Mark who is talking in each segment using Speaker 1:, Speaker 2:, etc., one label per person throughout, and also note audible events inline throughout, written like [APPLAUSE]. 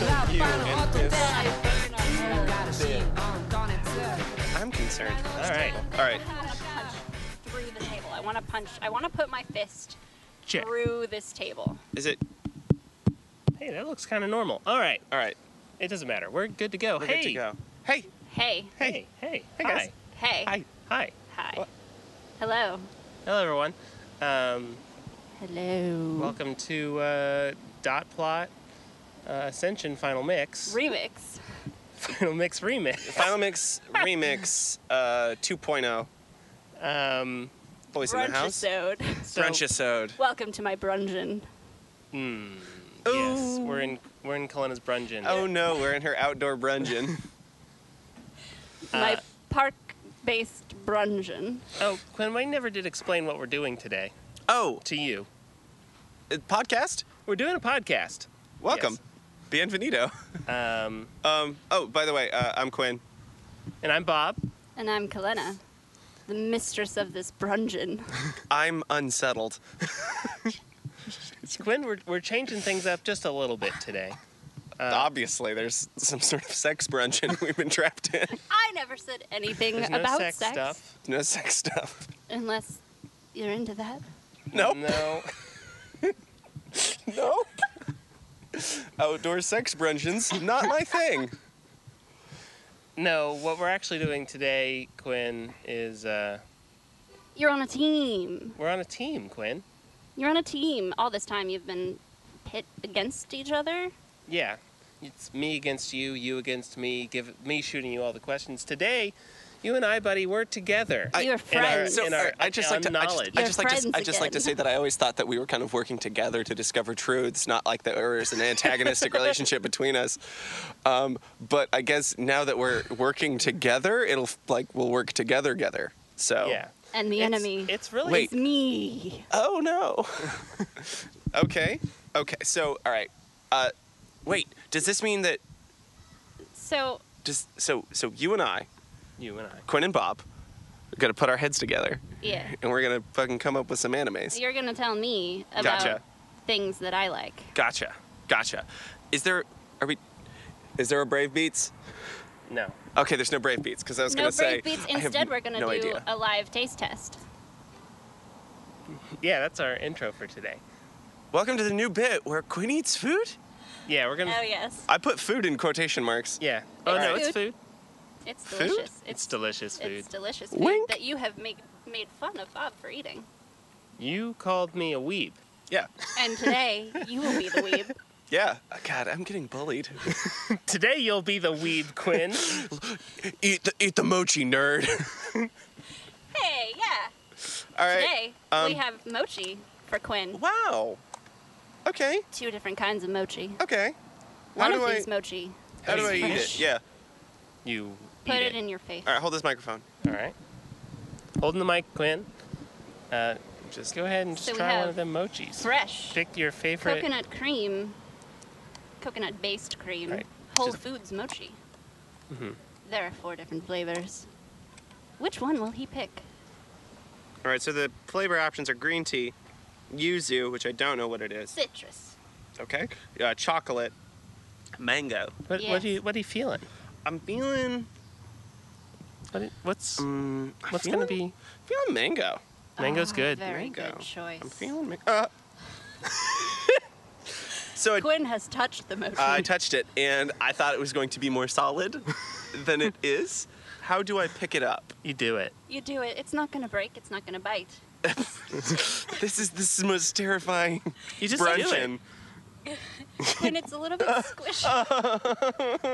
Speaker 1: and it's,
Speaker 2: I'm concerned.
Speaker 1: all right,
Speaker 2: All right.
Speaker 3: through the table. I want to punch. I want to put my fist
Speaker 1: check.
Speaker 3: through this table.
Speaker 2: Is it?
Speaker 1: Hey, that looks kind of normal. All right,
Speaker 2: All right.
Speaker 1: it doesn't matter. We're good to go.
Speaker 2: We're
Speaker 1: hey,
Speaker 2: good to go. Hey.
Speaker 3: Hey,
Speaker 1: hey, hey,
Speaker 2: Hey,
Speaker 1: hi,
Speaker 2: guys.
Speaker 3: hey,
Speaker 2: Hi.
Speaker 1: hi.
Speaker 3: hi.
Speaker 2: What?
Speaker 3: Hello,
Speaker 1: Hello, everyone. Um,
Speaker 3: hello.
Speaker 1: welcome to uh, Dot Plot uh, Ascension Final Mix,
Speaker 3: Remix.
Speaker 1: [LAUGHS] Final Mix Remix.
Speaker 2: Final Mix Remix uh, 2.0.
Speaker 1: Um,
Speaker 2: Boys in the house. [LAUGHS]
Speaker 3: Brunchesode.
Speaker 1: so,
Speaker 2: Brunchesode.
Speaker 3: Welcome to my brungeon.
Speaker 1: Mm, yes, we're in we're in Colena's Brungeon.
Speaker 2: Oh no, we're in her outdoor brungeon.
Speaker 3: My
Speaker 1: Uh,
Speaker 3: park-based brungeon.
Speaker 1: oh, Quinn, we never did explain what we're doing today
Speaker 2: [LAUGHS] oh,
Speaker 1: to you.
Speaker 2: uh, podcast.
Speaker 1: We're doing a podcast.
Speaker 2: Welcome. Bienvenido.
Speaker 1: Um,
Speaker 2: Um, oh, by the way, uh, I'm Quinn.
Speaker 1: and I'm Bob.
Speaker 3: And I'm Kalena, the mistress of this brungeon.
Speaker 2: I'm unsettled.
Speaker 1: Quinn, we're, we're changing things up just a little bit today.
Speaker 2: Uh. Obviously, there's some sort of sex brungeon we've been trapped in.
Speaker 3: I never said anything
Speaker 1: There's no
Speaker 3: about
Speaker 1: sex, stuff.
Speaker 2: No sex stuff.
Speaker 3: unless you're into that.
Speaker 2: Nope.
Speaker 1: No.
Speaker 2: Nope. [LAUGHS] Outdoor sex brungeons, not my thing.
Speaker 1: No, what we're actually doing today, Quinn, is uh,
Speaker 3: You're on a team.
Speaker 1: we're on a team, Quinn.
Speaker 3: You're on a team. All this time you've been pit against each other.
Speaker 1: Yeah. It's me against you, you against me, give me shooting you all the questions. Today, you and I, buddy, we're together.
Speaker 2: I-
Speaker 3: You're
Speaker 1: in our,
Speaker 3: friends.
Speaker 2: So uh,
Speaker 1: in our,
Speaker 2: I just like to I just,
Speaker 1: knowledge.
Speaker 2: I
Speaker 3: You're
Speaker 2: just like to
Speaker 3: friends
Speaker 2: I just like to
Speaker 3: again.
Speaker 2: say that I always thought that we were kind of working together to discover truths, not like that there was an antagonistic relationship between us. Um, but I guess now that we're working together, it'll like we'll work together together. So
Speaker 1: yeah.
Speaker 3: And the
Speaker 1: It's-
Speaker 3: enemy
Speaker 1: It's really
Speaker 2: Oh. Wait.
Speaker 3: is me.
Speaker 2: oh no. [LAUGHS] okay. Okay. So all right. Uh, wait. Does this mean that
Speaker 3: So
Speaker 2: does so so you and I,
Speaker 1: you and I.
Speaker 2: Quinn and Bob, are gonna put our heads together
Speaker 3: yeah,
Speaker 2: and we're gonna fucking come up with some animes.
Speaker 3: you're gonna tell me about
Speaker 2: Gotcha.
Speaker 3: things that I like.
Speaker 2: Gotcha. Gotcha. Is there are we is there a Brave Beats?
Speaker 1: No.
Speaker 2: Okay, there's no Brave Beats because I was
Speaker 3: no
Speaker 2: gonna
Speaker 3: brave
Speaker 2: say
Speaker 3: beats.
Speaker 2: I have
Speaker 3: Instead, we're gonna
Speaker 2: no
Speaker 3: do
Speaker 2: idea.
Speaker 3: a live taste test.
Speaker 1: Yeah, that's our intro for today.
Speaker 2: Welcome to the new bit where Quinn eats food.
Speaker 1: Yeah, we're gonna.
Speaker 3: Oh yes,
Speaker 2: I put food in quotation marks.
Speaker 1: Yeah. Oh no,
Speaker 3: It's
Speaker 1: it's food.
Speaker 3: it's
Speaker 2: Food?
Speaker 3: delicious.
Speaker 1: It's, delicious food.
Speaker 3: It's delicious food
Speaker 2: Wink.
Speaker 3: that you have made made fun of Bob for eating.
Speaker 1: you called me a weeb.
Speaker 2: Yeah.
Speaker 3: And today you will be the weeb.
Speaker 2: Yeah. Oh, God, I'm getting bullied. [LAUGHS]
Speaker 1: Today you'll be the weeb,
Speaker 3: [LAUGHS]
Speaker 1: Quinn.
Speaker 2: eat the eat the mochi, nerd.
Speaker 3: [LAUGHS]
Speaker 2: [LAUGHS]
Speaker 3: Hey, yeah.
Speaker 2: All right.
Speaker 3: Today
Speaker 2: um,
Speaker 3: we have mochi for Quinn.
Speaker 2: Wow. Okay.
Speaker 3: Two different kinds of mochi.
Speaker 2: Okay.
Speaker 3: One
Speaker 2: how
Speaker 3: of
Speaker 2: do
Speaker 3: these
Speaker 2: I
Speaker 3: mochi.
Speaker 2: how do
Speaker 3: is
Speaker 2: I eat
Speaker 3: fresh.
Speaker 2: it? Yeah.
Speaker 1: you
Speaker 3: Put
Speaker 1: eat
Speaker 3: it in your face.
Speaker 2: All right. Hold this microphone.
Speaker 1: All right. Holding the mic, Quinn. Uh, just go ahead and just
Speaker 3: So we
Speaker 1: try one
Speaker 3: have
Speaker 1: of them mochis.
Speaker 3: Fresh.
Speaker 1: Pick your favorite.
Speaker 3: Coconut cream. Coconut based cream.
Speaker 1: Right.
Speaker 3: Whole
Speaker 2: Just-
Speaker 3: Foods mochi.
Speaker 1: Mhm.
Speaker 3: There are four different flavors. Which one will he pick?
Speaker 2: All right. So the flavor options are green tea, yuzu, which I don't know what it is.
Speaker 3: Citrus.
Speaker 2: Okay. Uh, chocolate, mango.
Speaker 1: What, what do
Speaker 3: Yes.
Speaker 1: you What are you feeling?
Speaker 2: I'm feeling.
Speaker 1: What do- what's
Speaker 2: Um, I'm
Speaker 1: What's
Speaker 2: feeling-
Speaker 1: gonna be?
Speaker 2: Feeling mango.
Speaker 1: Mango's
Speaker 3: Ah,
Speaker 1: good.
Speaker 3: Very
Speaker 2: Mango.
Speaker 3: good choice.
Speaker 2: I'm feeling mango. Uh. [LAUGHS] so it,
Speaker 3: Quinn has touched the mochi.
Speaker 2: I touched it, and I thought it was going to be more solid than it is. How do I pick it up?
Speaker 1: You do it.
Speaker 3: you do it. It's not gonna break. It's not
Speaker 1: [LAUGHS]
Speaker 3: gonna bite.
Speaker 2: This is this is the most terrifying
Speaker 1: You just do [LAUGHS] it.
Speaker 2: bruncheon.
Speaker 3: Quinn, it's a little bit
Speaker 1: Uh,
Speaker 3: squishy.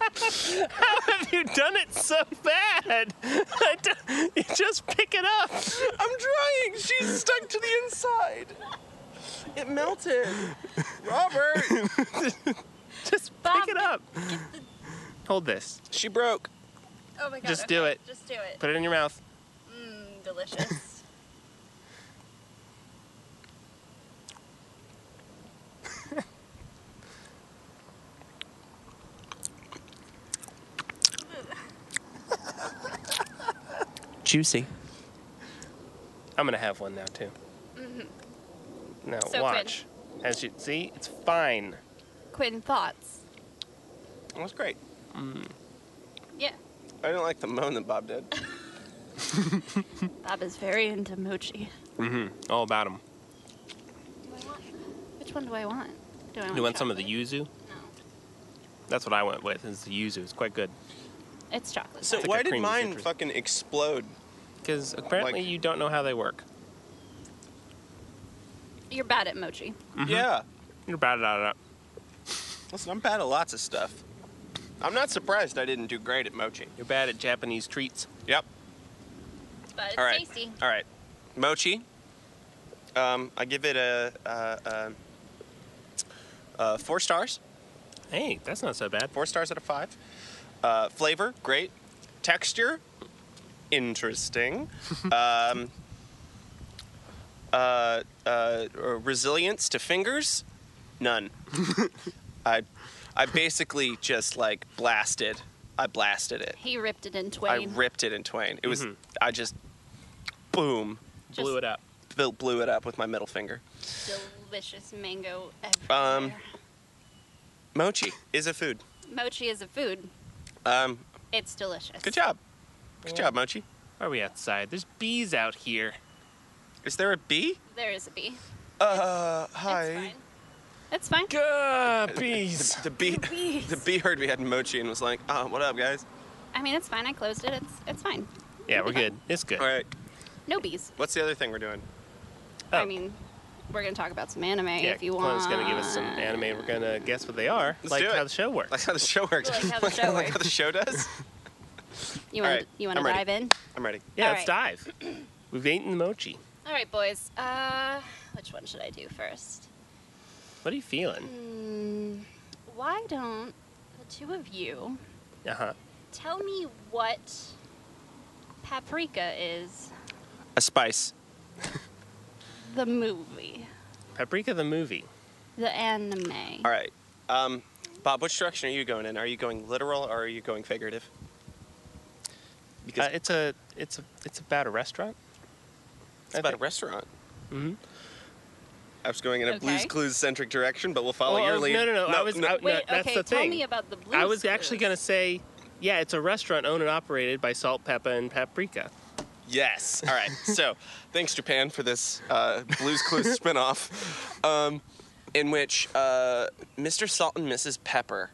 Speaker 1: Have you done it so bad? [LAUGHS] I don't- you just pick it up.
Speaker 2: I'm trying. She's stuck to the inside. It
Speaker 1: [LAUGHS]
Speaker 2: melted. Robert.
Speaker 1: Just
Speaker 3: Bob,
Speaker 1: pick it up. Hold this.
Speaker 2: she broke.
Speaker 3: Oh my god.
Speaker 1: Just do
Speaker 3: okay,
Speaker 1: it.
Speaker 3: Just do it.
Speaker 1: Put it in your mouth.
Speaker 3: Mmm, delicious.
Speaker 1: [LAUGHS]
Speaker 2: Juicy.
Speaker 1: I'm gonna have one now too. No,
Speaker 3: Mm-hmm. So, Quinn,
Speaker 1: watch. As you see, it's fine.
Speaker 4: Quinn, thoughts?
Speaker 2: It was great.
Speaker 3: Yeah.
Speaker 2: I didn't like the moan that Bob [LAUGHS] did.
Speaker 3: Bob is very into mochi.
Speaker 1: All about him.
Speaker 3: Which one do I want? Do I want
Speaker 1: You want some of the yuzu?
Speaker 3: chocolate?
Speaker 1: That's what I went with. Is the yuzu? It's quite good.
Speaker 3: It's chocolate.
Speaker 2: So
Speaker 1: It's like
Speaker 2: why
Speaker 1: a
Speaker 2: did
Speaker 1: creamy
Speaker 2: mine
Speaker 1: citrus.
Speaker 2: fucking explode?
Speaker 1: Because apparently
Speaker 2: Like-
Speaker 1: you don't know how they work.
Speaker 3: You're bad at mochi.
Speaker 1: Mm-hmm.
Speaker 2: Yeah.
Speaker 1: You're bad at uh, it.
Speaker 2: Listen, I'm bad at lots of stuff. I'm not surprised I didn't do great at mochi.
Speaker 1: You're bad at Japanese treats.
Speaker 2: Yep.
Speaker 3: But it's
Speaker 2: All right.
Speaker 3: tasty.
Speaker 2: All right. Mochi. Um, I give it a, a, a, a four stars.
Speaker 1: Hey, that's not so bad.
Speaker 2: Four stars out of five. Uh, flavor, great. Texture, interesting. um, uh, uh, resilience to fingers, none. I, I basically just like blasted. I blasted it.
Speaker 3: He ripped it in
Speaker 2: I
Speaker 3: twain.
Speaker 2: ripped it in twain. It was.
Speaker 1: Mhm.
Speaker 2: I just, boom,
Speaker 1: Blew it up.
Speaker 2: blew- blew it up with my middle finger.
Speaker 3: Delicious mango everywhere.
Speaker 2: Um, Mochi is a food.
Speaker 3: mochi is a food.
Speaker 2: Um,
Speaker 3: It's delicious.
Speaker 2: good job. Good job, Mochi.
Speaker 1: Are we outside? There's bees out here.
Speaker 2: Is there a bee?
Speaker 3: There is a bee.
Speaker 2: Uh, hi.
Speaker 3: It's fine. It's fine.
Speaker 2: [LAUGHS]
Speaker 1: Good
Speaker 2: The,
Speaker 1: bees.
Speaker 2: the bee,
Speaker 3: Bees.
Speaker 2: the bee heard we had mochi and was like, "Uh, what up, guys?
Speaker 3: I mean, it's fine. I closed it. It's it's fine.
Speaker 1: Yeah, we're good. It's good.
Speaker 2: All right,
Speaker 3: No bees.
Speaker 2: what's the other thing we're doing?
Speaker 1: Oh,
Speaker 3: I mean, we're gonna talk about some anime
Speaker 1: yeah,
Speaker 3: if you want.
Speaker 1: Colin's gonna give us some anime. We're gonna guess what they are,
Speaker 2: Let's
Speaker 1: like
Speaker 2: do it.
Speaker 1: how the show works.
Speaker 2: Like how the show works.
Speaker 3: Like how the show
Speaker 2: like how
Speaker 3: works.
Speaker 2: the show does.
Speaker 3: You want
Speaker 2: Alright,
Speaker 3: you want to
Speaker 2: I'm ready.
Speaker 3: dive in?
Speaker 2: I'm ready.
Speaker 1: yeah,
Speaker 3: all
Speaker 1: let's dive. We've eaten the mochi.
Speaker 3: All right, boys. Uh, which one should I do first?
Speaker 1: What are you feeling?
Speaker 3: Hmm, why don't the two of you
Speaker 1: Uh huh.
Speaker 3: tell me what paprika is?
Speaker 2: A spice.
Speaker 3: The movie,
Speaker 1: Paprika the movie.
Speaker 3: the anime.
Speaker 2: All right, um, Bob, which direction are you going in? Are you going literal or are you going figurative? Because
Speaker 1: Uh, it's a it's a it's about a restaurant.
Speaker 2: it's about a restaurant.
Speaker 1: Mhm.
Speaker 2: I was going in a Blue's
Speaker 3: Okay.
Speaker 2: Clues centric direction, but we'll follow
Speaker 1: Well, I
Speaker 2: your
Speaker 1: was-
Speaker 2: lead.
Speaker 1: no, no, no, I was- I-
Speaker 3: Wait,
Speaker 1: No, that's
Speaker 3: okay.
Speaker 1: the
Speaker 3: tell
Speaker 1: thing.
Speaker 3: me about the blue.
Speaker 1: I was actually gonna say, yeah, it's a restaurant owned and operated by Salt, Pepper, and Paprika.
Speaker 2: Yes. All right. So, thanks Japan for this uh, Blue's
Speaker 1: [LAUGHS]
Speaker 2: Clues spinoff, um, in which uh, Mr. Salt and Mrs. Pepper,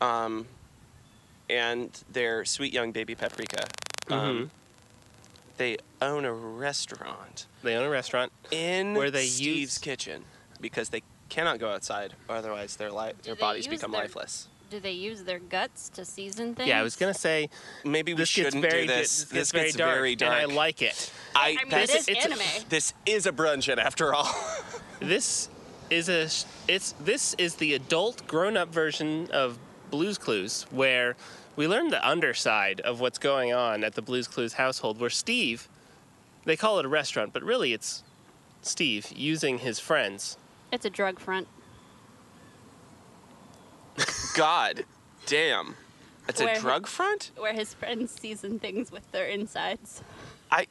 Speaker 2: um, and their sweet young baby Paprika, um,
Speaker 1: Mm-hmm.
Speaker 2: they own a restaurant
Speaker 1: They own a restaurant.
Speaker 2: in
Speaker 1: Where they
Speaker 2: Steve's
Speaker 1: use-
Speaker 2: kitchen because they cannot go outside, otherwise their li- their
Speaker 3: they
Speaker 2: bodies
Speaker 3: use
Speaker 2: become
Speaker 3: their-
Speaker 2: lifeless.
Speaker 3: Do they use their guts to season things?
Speaker 1: Yeah, I was gonna say
Speaker 2: Maybe we
Speaker 1: this gets
Speaker 2: shouldn't
Speaker 1: very
Speaker 2: do this.
Speaker 1: di- this gets very dark, and I like it.
Speaker 2: I,
Speaker 3: mean,
Speaker 2: that's-
Speaker 3: it is
Speaker 2: it's a- [LAUGHS]
Speaker 3: anime.
Speaker 2: this is a bruncheon after all.
Speaker 1: This is a sh- it's this is the adult grown-up version of Blues Clues where we learn the underside of what's going on at the Blues Clues household where Steve they call it a restaurant, but really it's Steve using his friends.
Speaker 3: It's a drug front.
Speaker 2: God damn. That's a
Speaker 3: Where-
Speaker 2: drug front?
Speaker 3: where his friends season things with their insides.
Speaker 2: I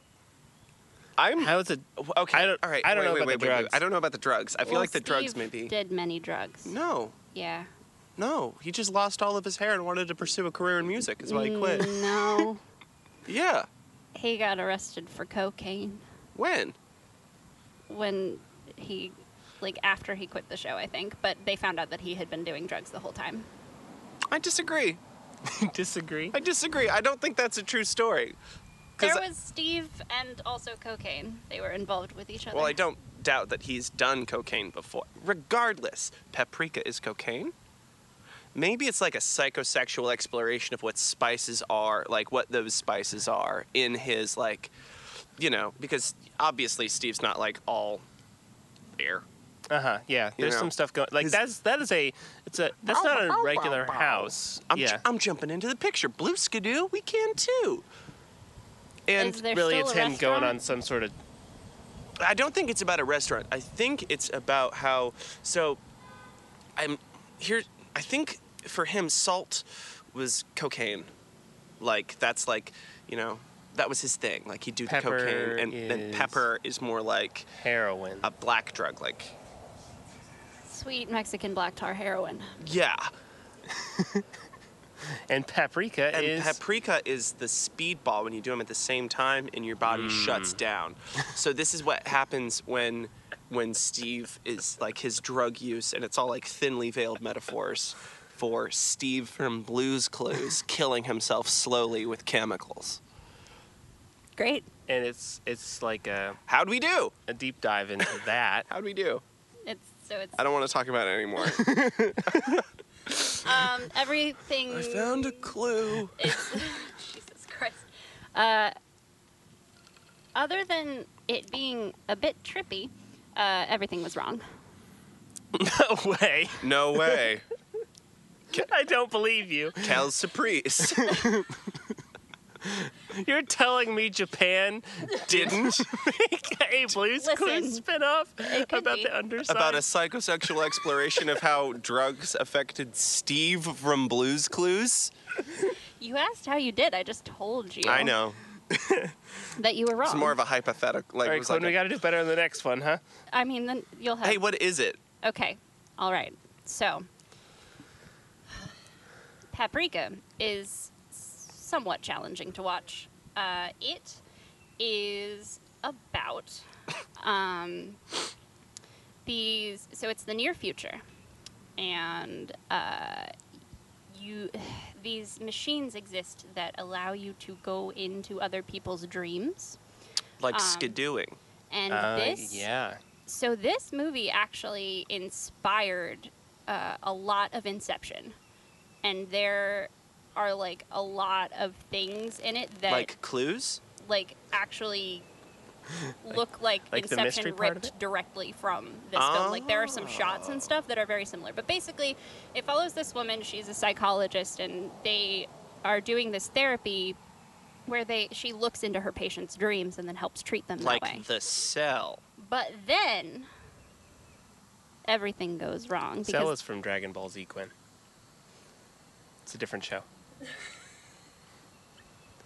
Speaker 2: I'm
Speaker 1: How is it
Speaker 2: okay.
Speaker 1: I don't-
Speaker 2: all right.
Speaker 1: Uh, I don't
Speaker 2: wait,
Speaker 1: know
Speaker 2: wait,
Speaker 1: about
Speaker 2: wait,
Speaker 1: the
Speaker 2: wait, wait.
Speaker 1: drugs.
Speaker 2: I don't know about the drugs. I feel
Speaker 3: Well,
Speaker 2: like the drugs
Speaker 3: Steve
Speaker 2: maybe.
Speaker 3: did many drugs.
Speaker 2: No.
Speaker 3: Yeah.
Speaker 2: No. He just lost all of his hair and wanted to pursue a career in music. Is why he quit.
Speaker 3: Mm, No.
Speaker 2: yeah.
Speaker 3: he got arrested for cocaine
Speaker 2: When?
Speaker 3: when he like after he quit the show, I think, but they found out that he had been doing drugs the whole time.
Speaker 2: I disagree.
Speaker 1: [LAUGHS] disagree?
Speaker 2: I disagree. I don't think that's a true story. 'Cause
Speaker 3: There
Speaker 2: I-
Speaker 3: was Steve and also cocaine. They were involved with each other.
Speaker 2: Well, I don't doubt that he's done cocaine before. Regardless, paprika is cocaine. Maybe it's like a psychosexual exploration of what spices are, like what those spices are in his, like, you know, because obviously Steve's not like all there.
Speaker 1: Uh huh. Yeah. There's
Speaker 2: know.
Speaker 1: some stuff going. Like
Speaker 2: His-
Speaker 1: that's that is a it's a that's not a regular house.
Speaker 2: I'm,
Speaker 1: yeah.
Speaker 2: ju- I'm jumping into the picture. Blue Skidoo, we can too. And
Speaker 3: Is there
Speaker 1: really,
Speaker 3: still
Speaker 1: it's
Speaker 3: a
Speaker 1: him going
Speaker 3: restaurant?
Speaker 1: on some sort of
Speaker 2: I don't think it's about a restaurant. I think it's about how. So, I'm here. I think for him, salt was cocaine. Like that's like you know that was his thing. Like he'd do the
Speaker 1: Pepper
Speaker 2: cocaine, and then
Speaker 1: is-
Speaker 2: pepper is more like
Speaker 1: heroin.
Speaker 2: a black drug, like
Speaker 3: Sweet Mexican black tar heroin.
Speaker 2: Yeah.
Speaker 1: And paprika
Speaker 2: And
Speaker 1: is
Speaker 2: paprika is the speed ball when you do them at the same time and your body shuts down. So this is what happens when when Steve is like his drug use and it's all like thinly veiled metaphors for Steve from Blues [LAUGHS] Clues killing himself slowly with chemicals.
Speaker 3: Great.
Speaker 1: and it's it's like a,
Speaker 2: How'd we do?
Speaker 1: a deep
Speaker 2: [LAUGHS]
Speaker 1: dive into that.
Speaker 2: How'd we do?
Speaker 3: It's so it's
Speaker 5: I don't [LAUGHS] want to talk about
Speaker 2: [LAUGHS]
Speaker 5: it anymore.
Speaker 3: um everything
Speaker 2: a clue.
Speaker 3: It's [LAUGHS] Jesus Christ. Uh, other than it being a bit trippy, uh, everything was wrong.
Speaker 1: no way.
Speaker 5: no way.
Speaker 1: [LAUGHS] I don't believe you.
Speaker 2: Cal [LAUGHS] Surprise
Speaker 1: You're telling me Japan [LAUGHS]
Speaker 2: didn't
Speaker 1: make a Blues Clues
Speaker 3: Listen,
Speaker 1: spinoff
Speaker 3: it could
Speaker 1: about
Speaker 3: be.
Speaker 1: the underside?
Speaker 5: About a psychosexual exploration of how drugs affected Steve from Blues Clues.
Speaker 3: You asked how you did. I just told you.
Speaker 5: I know.
Speaker 3: that you were wrong.
Speaker 5: It's more of a hypothetical. Like,
Speaker 1: All
Speaker 5: it
Speaker 1: right,
Speaker 5: was
Speaker 1: Quinn,
Speaker 5: like
Speaker 1: we
Speaker 5: a-
Speaker 1: got to do better on the next one, huh?
Speaker 3: I mean, then you'll have.
Speaker 2: Hey, what is it?
Speaker 3: Okay. All right. So, [SIGHS] Paprika is somewhat challenging to watch. Uh, it is about um, these. So it's the near future, and uh, you [SIGHS] these machines exist that allow you to go into other people's dreams.
Speaker 2: Like
Speaker 3: Um,
Speaker 2: skidooing.
Speaker 3: And
Speaker 1: Uh,
Speaker 3: this
Speaker 1: yeah.
Speaker 3: so this movie actually inspired uh, a lot of Inception, and there are like a lot of things in it that
Speaker 2: Like clues?
Speaker 3: like, actually look like,
Speaker 1: [LAUGHS] like the mystery
Speaker 3: Inception
Speaker 1: part of
Speaker 3: ripped
Speaker 1: it? Ah.
Speaker 3: directly from this film. Like there are some shots and stuff that are very similar, but basically, it follows this woman. She's a psychologist, and they are doing this therapy where they she looks into her patient's dreams and then helps treat them that way.
Speaker 2: Like the cell.
Speaker 3: But then everything goes wrong because
Speaker 1: Cell is from Dragon Ball Z, Quinn. It's a different show.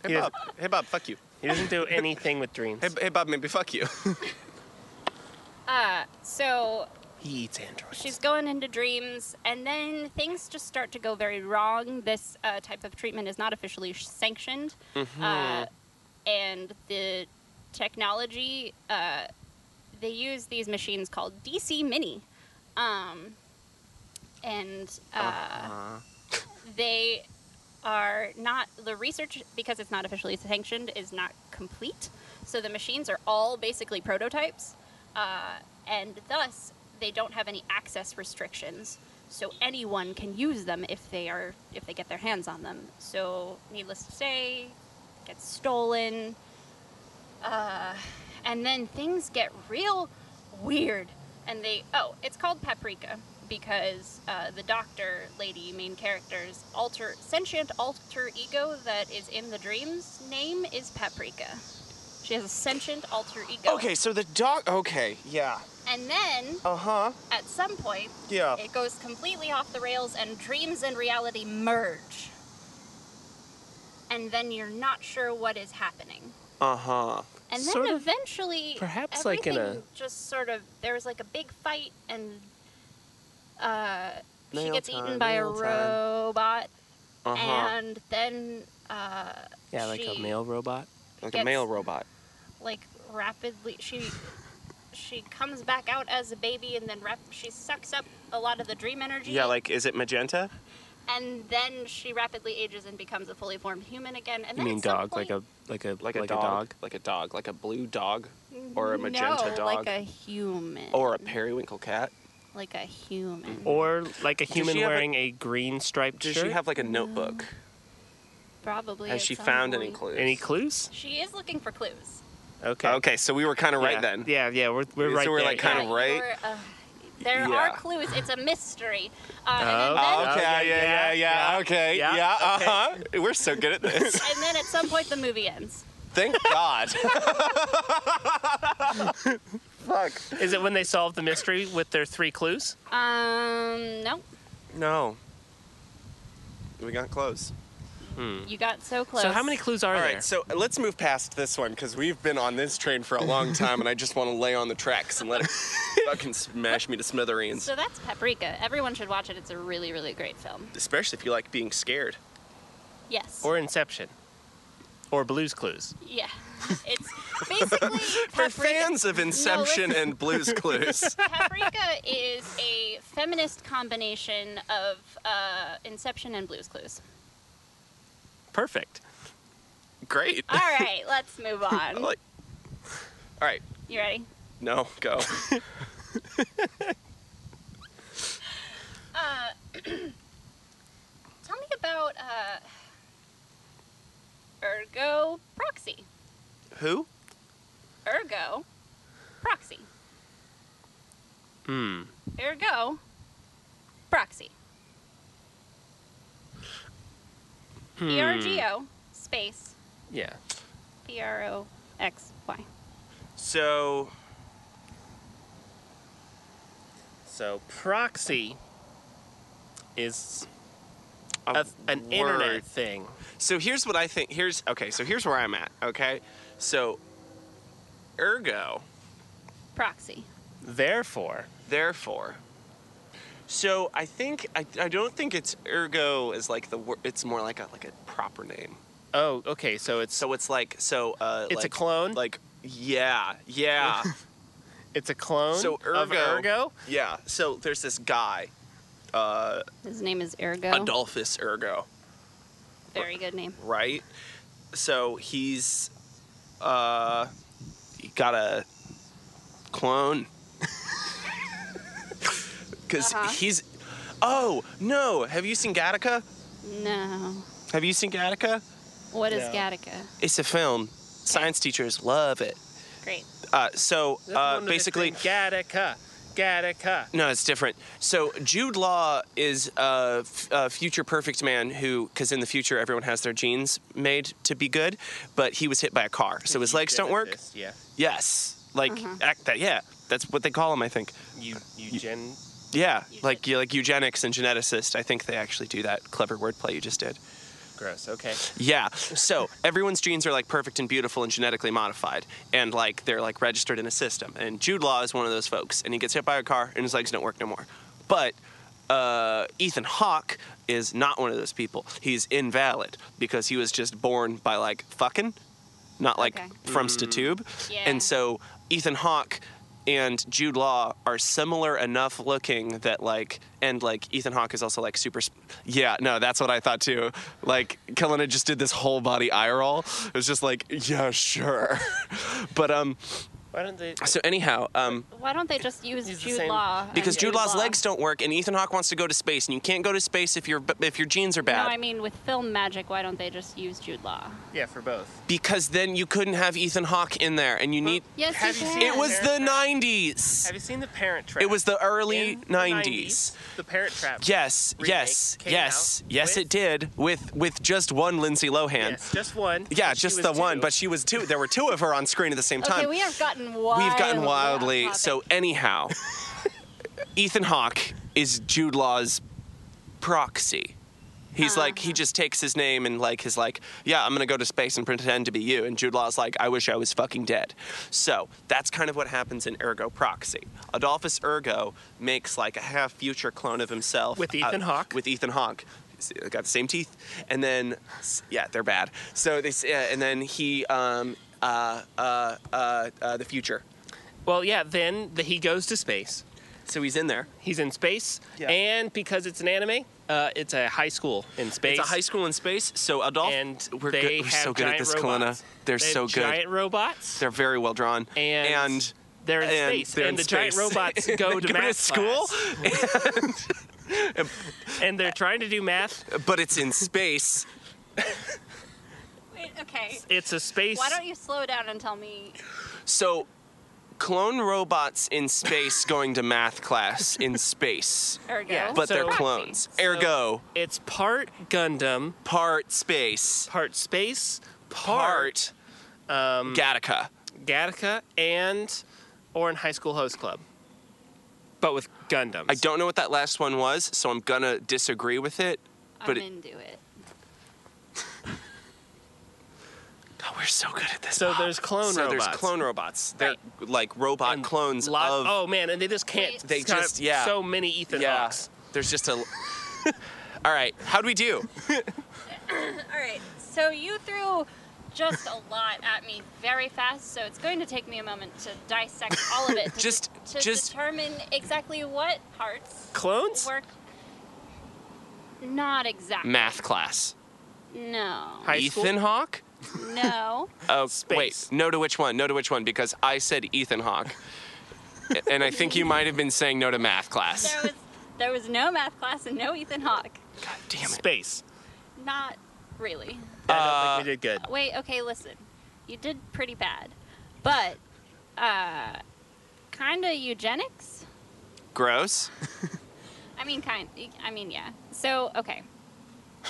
Speaker 5: Hey
Speaker 1: Yeah.
Speaker 5: Bob, hey Bob, fuck you.
Speaker 1: He doesn't do anything with dreams.
Speaker 5: Hey, hey Bob, maybe fuck
Speaker 2: [LAUGHS]
Speaker 5: you.
Speaker 3: uh, so
Speaker 1: He eats androids.
Speaker 3: she's going into dreams, and then things just start to go very wrong. This uh, type of treatment is not officially sanctioned, uh, and the technology uh, they use these machines called DC Mini, um, and uh, they are not the research because it's not officially sanctioned is not complete. So the machines are all basically prototypes, uh, and thus they don't have any access restrictions. So anyone can use them if they are if they get their hands on them. So needless to say, gets stolen, uh, and then things get real weird. And they oh, it's called Paprika because uh, the doctor lady main character's alter sentient alter ego that is in the dreams name is Paprika. She has a sentient alter ego.
Speaker 2: Okay, so the dog. Okay, yeah.
Speaker 3: And then
Speaker 2: Uh huh.
Speaker 3: at some point,
Speaker 2: Yeah.
Speaker 3: it goes completely off the rails and dreams and reality merge. And then you're not sure what is happening.
Speaker 2: Uh huh.
Speaker 3: And then
Speaker 1: Sort of-
Speaker 3: eventually,
Speaker 1: perhaps like in a-
Speaker 3: everything just sort of there was like a big fight, and uh, she
Speaker 2: Nail
Speaker 3: gets
Speaker 2: time,
Speaker 3: eaten by a
Speaker 2: nail time.
Speaker 3: robot,
Speaker 2: Uh huh.
Speaker 3: and then uh,
Speaker 1: yeah, like a
Speaker 3: she-
Speaker 1: male robot.
Speaker 2: Like a
Speaker 3: gets-
Speaker 2: male robot.
Speaker 3: like rapidly she she comes back out as a baby, and then rap- she sucks up a lot of the dream energy.
Speaker 2: Yeah, like is it magenta?
Speaker 3: and then she rapidly ages and becomes a fully formed human again. And
Speaker 1: You
Speaker 3: then
Speaker 1: mean
Speaker 3: at some
Speaker 1: dog?
Speaker 3: point,
Speaker 1: Like a like a
Speaker 2: Like a, dog, Like a dog. Like a blue dog. Or a magenta
Speaker 3: no,
Speaker 2: dog.
Speaker 3: like a human,
Speaker 2: or a periwinkle cat.
Speaker 3: like a human,
Speaker 1: Mm-hmm. Or like a human
Speaker 2: she have a-
Speaker 1: wearing a, green striped
Speaker 2: Does
Speaker 1: shirt.
Speaker 2: she have like a notebook?
Speaker 3: probably.
Speaker 2: Has
Speaker 3: at
Speaker 2: she
Speaker 3: some
Speaker 2: found any
Speaker 3: point.
Speaker 2: clues?
Speaker 1: any clues?
Speaker 3: She is looking for clues.
Speaker 1: Okay.
Speaker 5: okay, so we were kind of
Speaker 1: Yeah.
Speaker 5: right then.
Speaker 1: Yeah, yeah, we're we're
Speaker 5: So
Speaker 1: right
Speaker 5: we're,
Speaker 1: there,
Speaker 5: like, Kind
Speaker 1: yeah.
Speaker 5: of
Speaker 3: Yeah,
Speaker 5: right?
Speaker 3: you're, uh, there
Speaker 2: Yeah.
Speaker 3: are clues. It's a mystery. Uh, and,
Speaker 1: Oh.
Speaker 3: then,
Speaker 5: Okay, yeah,
Speaker 1: yeah,
Speaker 5: yeah, yeah,
Speaker 1: yeah,
Speaker 5: okay,
Speaker 1: yeah,
Speaker 5: yeah, uh-huh. We're so good
Speaker 1: [LAUGHS]
Speaker 5: at this.
Speaker 3: and then at some point the movie ends.
Speaker 5: Thank God. Fuck.
Speaker 1: Is it when they solve the mystery with their three clues?
Speaker 3: Um, no,
Speaker 2: No.
Speaker 5: We got close.
Speaker 3: You got so close.
Speaker 1: So how many clues are
Speaker 5: All
Speaker 1: there?
Speaker 5: right, so let's move past this one because we've been on this train for a long time, and I just want to lay on the tracks and
Speaker 1: [LAUGHS]
Speaker 5: let it fucking smash me to smithereens.
Speaker 3: So that's Paprika. Everyone should watch it. It's a really, really great film.
Speaker 2: especially if you like being scared.
Speaker 3: Yes.
Speaker 1: or Inception. Or Blues Clues.
Speaker 3: yeah. [LAUGHS] It's basically
Speaker 5: For
Speaker 3: Paprika.
Speaker 5: fans of Inception and Blues
Speaker 3: [LAUGHS]
Speaker 5: Clues,
Speaker 3: Paprika is a feminist combination of uh, Inception and Blue's Clues.
Speaker 1: Perfect.
Speaker 5: great.
Speaker 3: All right, let's move on.
Speaker 5: like- All right,
Speaker 3: You ready?
Speaker 5: no, go.
Speaker 3: Tell me about uh, Ergo Proxy.
Speaker 2: Who?
Speaker 3: Ergo Proxy.
Speaker 1: Hmm.
Speaker 3: Ergo Proxy. E R G O space
Speaker 1: hmm. Yeah.
Speaker 3: P R O X Y.
Speaker 2: So
Speaker 1: So proxy is
Speaker 2: a
Speaker 1: a, an
Speaker 2: word.
Speaker 1: internet thing.
Speaker 2: So here's what I think. Here's okay. So here's where I'm at. Okay. So, ergo,
Speaker 3: Proxy.
Speaker 1: Therefore,
Speaker 2: therefore. So I think I, I don't think it's ergo is like the word. It's more like a like a proper name.
Speaker 1: oh, okay. So it's
Speaker 2: So it's like so. Uh,
Speaker 1: It's a
Speaker 2: like-
Speaker 1: clone?
Speaker 2: Like yeah, yeah,
Speaker 1: it's a clone
Speaker 2: So
Speaker 1: of
Speaker 2: ergo-
Speaker 1: ergo.
Speaker 2: yeah. So there's this guy, uh,
Speaker 3: His name is Ergo.
Speaker 2: Adolphus Ergo.
Speaker 3: Very good name.
Speaker 2: right? So he's uh he got a clone. [LAUGHS] because
Speaker 3: Uh-huh.
Speaker 2: he's Oh, no. Have you seen Gattaca?
Speaker 3: No.
Speaker 2: Have you seen Gattaca?
Speaker 3: What is
Speaker 1: No.
Speaker 3: Gattaca?
Speaker 2: It's a film. Science teachers love it.
Speaker 3: Great.
Speaker 2: Uh, so
Speaker 1: That's
Speaker 2: uh,
Speaker 1: one of the
Speaker 2: basically,
Speaker 1: thing. Gattaca, Gattaca.
Speaker 2: No, it's different. So Jude Law is a, f- a future perfect man who, because in the future everyone has their genes made to be good, but he was hit by a car, so his
Speaker 1: You
Speaker 2: legs don't work.
Speaker 1: geneticist, Yeah.
Speaker 2: Yes, like act that. Yeah, that's what they call him. I think.
Speaker 1: You you gen.
Speaker 2: Yeah,
Speaker 3: You
Speaker 2: like
Speaker 3: did.
Speaker 2: yeah, like eugenics and geneticist. I think they actually do that clever wordplay you just did.
Speaker 1: Gross. Okay.
Speaker 2: Yeah. So everyone's genes are like perfect and beautiful and genetically modified, and like they're like registered in a system. And Jude Law is one of those folks, and he gets hit by a car, and his legs don't work no more. But uh, Ethan Hawke is not one of those people. He's invalid because he was just born by like fucking, not like
Speaker 3: Okay.
Speaker 2: from to tube.
Speaker 3: Yeah.
Speaker 2: And so Ethan Hawke and Jude Law are similar enough looking that like and like Ethan Hawke is also like super sp- yeah no that's what I thought too like Kelena just did this whole body eye roll it was just like yeah sure [LAUGHS] but um
Speaker 1: Why don't they?
Speaker 2: so anyhow um
Speaker 3: Why don't they just use
Speaker 1: He's the
Speaker 3: Jude
Speaker 1: same-
Speaker 3: Law? and
Speaker 2: because Jude Law's
Speaker 3: Law?
Speaker 2: legs don't work and Ethan Hawke wants to go to space and you can't go to space if your if your genes are bad
Speaker 3: No, I mean with film magic. Why don't they just use Jude Law?
Speaker 1: Yeah, for both.
Speaker 2: because then you couldn't have Ethan Hawke in there and you need
Speaker 3: Yes,
Speaker 1: Have
Speaker 3: you
Speaker 1: you
Speaker 3: can.
Speaker 1: seen
Speaker 2: it was the 90s
Speaker 1: Have you seen the Parent Trap?
Speaker 2: It was the early
Speaker 1: In the
Speaker 2: 90s.
Speaker 1: The Parent Trap.
Speaker 2: Yes,
Speaker 1: remake
Speaker 2: yes,
Speaker 1: came
Speaker 2: yes,
Speaker 1: out
Speaker 2: yes.
Speaker 1: with-
Speaker 2: It did with with just one Lindsay Lohan.
Speaker 1: Yes, just one.
Speaker 2: Yeah,
Speaker 1: but she
Speaker 2: just
Speaker 1: was
Speaker 2: the one.
Speaker 1: two.
Speaker 2: But she was two. There were two of her on screen at the same time.
Speaker 3: Okay, we have gotten wild.
Speaker 2: We've gotten
Speaker 3: off
Speaker 2: wildly
Speaker 3: topic.
Speaker 2: so.
Speaker 3: [LAUGHS]
Speaker 2: Anyhow, Ethan Hawke is Jude Law's proxy. He's like he just takes his name and like his like yeah I'm gonna go to space and pretend to be you and Jude Law's like I wish I was fucking dead. So that's kind of what happens in Ergo Proxy. Adolphus Ergo makes like a half future clone of himself
Speaker 1: With Ethan Hawke?
Speaker 2: With Ethan Hawke. He's Got the same teeth, and then s- yeah, they're bad. So they s- yeah, and then he um uh uh uh, uh the future.
Speaker 1: Well, yeah. Then the, he goes to space.
Speaker 2: So he's in there.
Speaker 1: He's in space,
Speaker 2: Yeah.
Speaker 1: and because it's an anime, uh, it's a high school in space.
Speaker 2: It's a high school in space. So Adolf,
Speaker 1: and
Speaker 2: we're,
Speaker 1: they
Speaker 2: good. we're
Speaker 1: have
Speaker 2: so good at
Speaker 1: giant
Speaker 2: this, Kalina.
Speaker 1: robots.
Speaker 2: They're
Speaker 1: They have
Speaker 2: so good.
Speaker 1: Giant robots.
Speaker 2: They're very well drawn.
Speaker 1: and,
Speaker 2: and
Speaker 1: they're in
Speaker 2: and
Speaker 1: space,
Speaker 2: they're
Speaker 1: and
Speaker 2: in
Speaker 1: the giant
Speaker 2: space.
Speaker 1: robots
Speaker 2: [LAUGHS] They
Speaker 1: go to
Speaker 2: go to
Speaker 1: math
Speaker 2: school?
Speaker 1: class. and they're trying to do math.
Speaker 2: but it's in space.
Speaker 3: Wait, okay.
Speaker 1: It's a space.
Speaker 3: Why don't you slow down and tell me?
Speaker 2: So clone robots in space going to math class in space.
Speaker 3: Ergo.
Speaker 1: Yeah,
Speaker 2: But they're
Speaker 1: So-
Speaker 2: clones.
Speaker 1: So-
Speaker 2: Ergo,
Speaker 1: It's part Gundam,
Speaker 2: part space,
Speaker 1: part space, part, um,
Speaker 2: part Gattaca.
Speaker 1: Gattaca, and Orin High School Host Club. But with Gundams.
Speaker 2: I don't know what that last one was, so I'm gonna disagree with it.
Speaker 3: I'm
Speaker 2: But it-
Speaker 3: into it.
Speaker 2: Oh, so good at this.
Speaker 1: So
Speaker 2: Bob.
Speaker 1: there's clone
Speaker 2: so
Speaker 1: robots.
Speaker 2: there's clone robots. They're like robot
Speaker 1: And
Speaker 2: clones
Speaker 1: lot-
Speaker 2: of
Speaker 1: oh man, and they just can't.
Speaker 3: They
Speaker 1: stop
Speaker 2: just- yeah.
Speaker 1: So many Ethan
Speaker 2: yeah.
Speaker 1: Hawks.
Speaker 2: There's just a. [LAUGHS] All right, how'd we do?
Speaker 3: All right. So you threw just a lot at me very fast, so it's going to take me a moment to dissect all of
Speaker 2: [LAUGHS]
Speaker 3: it. To
Speaker 2: Just-
Speaker 3: to
Speaker 2: just-
Speaker 3: determine exactly what parts
Speaker 1: Clones?
Speaker 3: work. Not exactly.
Speaker 2: Math class. [LAUGHS]
Speaker 3: No.
Speaker 1: High school?
Speaker 2: Ethan Hawk?
Speaker 3: No.
Speaker 2: Oh,
Speaker 1: Space.
Speaker 2: wait. No to which one? No to which one? Because I said Ethan Hawk. and I think you might have been saying no to math class.
Speaker 3: There was there was no math class and no Ethan Hawke.
Speaker 2: God damn it.
Speaker 1: Space.
Speaker 3: Not really.
Speaker 1: I
Speaker 2: Uh,
Speaker 1: don't think we did good.
Speaker 3: Wait, okay, listen. You did pretty bad. But uh kinda eugenics?
Speaker 2: Gross.
Speaker 3: I mean kind I mean yeah. So, okay. [COUGHS]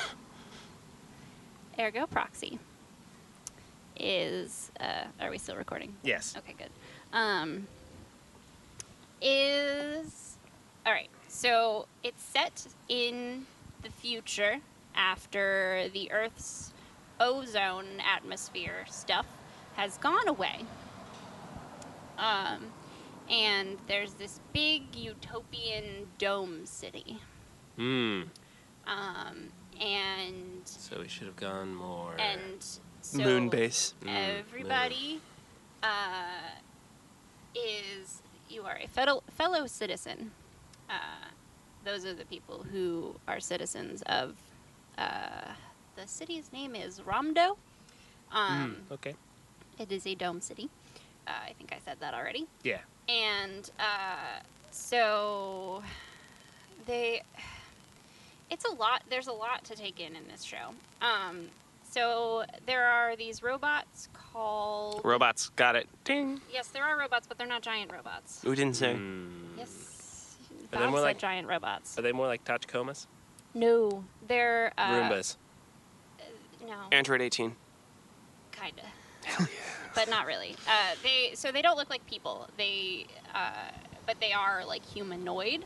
Speaker 3: Ergo proxy is uh are we still recording?
Speaker 1: Yes.
Speaker 3: Okay, good. Um, is all right. So it's set in the future after the Earth's ozone atmosphere stuff has gone away. Um, and there's this big utopian dome city.
Speaker 1: Hmm.
Speaker 3: Um, and
Speaker 1: So we should have gone more.
Speaker 3: and so
Speaker 5: Moon base.
Speaker 1: Mm, yeah.
Speaker 3: everybody uh, is you are a fellow fellow citizen. Uh, those are the people who are citizens of uh, the city's name is Romdo. Um,
Speaker 1: Hmm. Okay.
Speaker 3: It is a dome city. Uh, I think I said that already.
Speaker 1: Yeah.
Speaker 3: And uh, so they. It's a lot. There's a lot to take in in this show. Um, so there are these robots called.
Speaker 2: Robots. Got it. Ding.
Speaker 3: yes, there are robots, but they're not giant robots.
Speaker 2: We didn't say.
Speaker 1: Hmm.
Speaker 3: Yes.
Speaker 1: Are
Speaker 3: Bob
Speaker 1: they more
Speaker 3: said
Speaker 1: like- uh,
Speaker 3: giant robots.
Speaker 1: Are they more like Tachikomas?
Speaker 3: No, they're uh,
Speaker 1: Roombas.
Speaker 3: No,
Speaker 2: Android 18.
Speaker 3: kinda. but not really. Uh, they so they don't look like people. They uh, but they are like humanoid,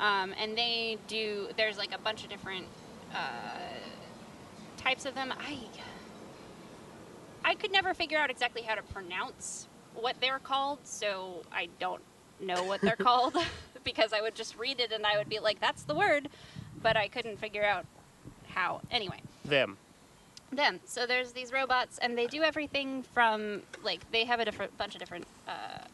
Speaker 3: um, and they do. There's like a bunch of different uh, types of them. I I could never figure out exactly how to pronounce what they're called, so I don't know what they're called [LAUGHS] because I would just read it and I would be like, "That's the word," but I couldn't figure out how. Anyway
Speaker 1: Them.
Speaker 3: them. So there's these robots, and they do everything from like they have a different bunch of different uh,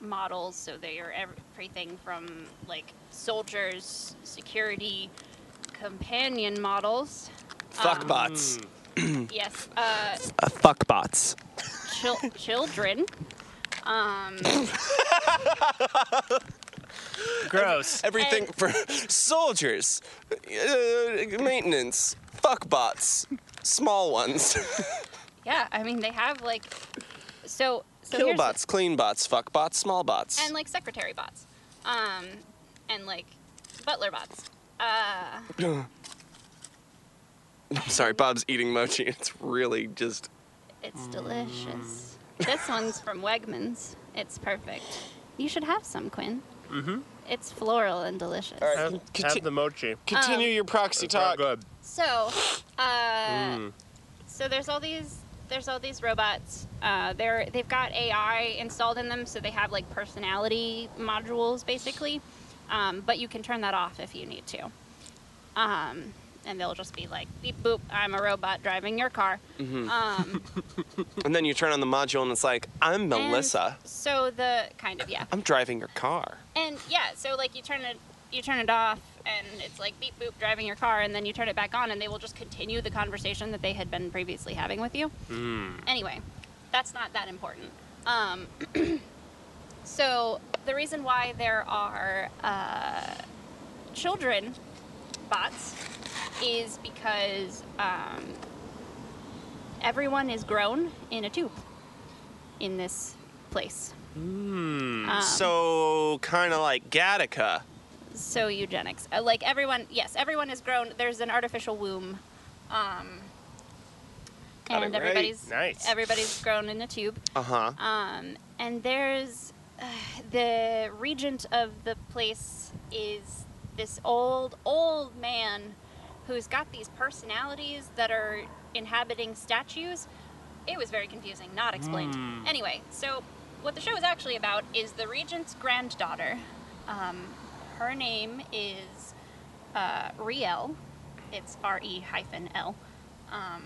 Speaker 3: models. So they are everything from like soldiers, security, companion models.
Speaker 5: Fuck
Speaker 3: Um,
Speaker 5: bots.
Speaker 3: Yes, uh,
Speaker 5: Uh, fuck bots.
Speaker 3: chil- children. Um,
Speaker 1: Gross.
Speaker 5: Everything
Speaker 3: And-
Speaker 2: [LAUGHS]
Speaker 5: for soldiers, uh, maintenance, fuck bots, small ones,
Speaker 2: [LAUGHS]
Speaker 3: yeah, I mean they have like so. so
Speaker 5: kill
Speaker 3: here's-
Speaker 5: bots, clean bots, fuck bots, small bots.
Speaker 3: and like secretary bots, um, and like butler bots. Uh,
Speaker 5: I'm sorry, Bob's eating mochi. It's really just
Speaker 3: It's delicious. This one's from Wegmans. It's perfect. You should have some, Quinn.
Speaker 1: Mhm.
Speaker 3: It's floral and delicious.
Speaker 1: Have,
Speaker 5: Conti-
Speaker 1: have the mochi.
Speaker 5: continue
Speaker 3: Um,
Speaker 5: your proxy talk.
Speaker 1: Good.
Speaker 3: So, uh,
Speaker 1: Mm.
Speaker 3: so there's all these there's all these robots. Uh, they're they've got AI installed in them, so they have like personality modules basically. Um, but you can turn that off if you need to. Um, and they'll just be like beep boop, I'm a robot driving your car. Um,
Speaker 5: And then you turn on the module and it's like, I'm
Speaker 3: and
Speaker 5: Melissa.
Speaker 3: So the kind of yeah.
Speaker 5: I'm driving your car.
Speaker 3: And yeah, so like you turn it you turn it off and it's like beep boop driving your car and then you turn it back on and they will just continue the conversation that they had been previously having with you. Anyway, that's not that important. Um, [CLEARS THROAT] so the reason why there are uh, children bots is because um, everyone is grown in a tube in this place. Um,
Speaker 2: so, kind of like Gattaca.
Speaker 3: so eugenics. Uh, like everyone, yes, everyone is grown. There's an artificial womb, um,
Speaker 5: Got
Speaker 3: and
Speaker 5: it right. Uh-huh.
Speaker 3: everybody's
Speaker 1: Nice.
Speaker 3: everybody's grown in a tube.
Speaker 2: Uh huh.
Speaker 3: Um, and there's uh, the regent of the place is this old old man who's got these personalities that are inhabiting statues, It was very confusing, not explained.
Speaker 5: Hmm.
Speaker 3: Anyway, so what the show is actually about is the Regent's granddaughter. Um, her name is uh, Riel. It's R E hyphen L. Um,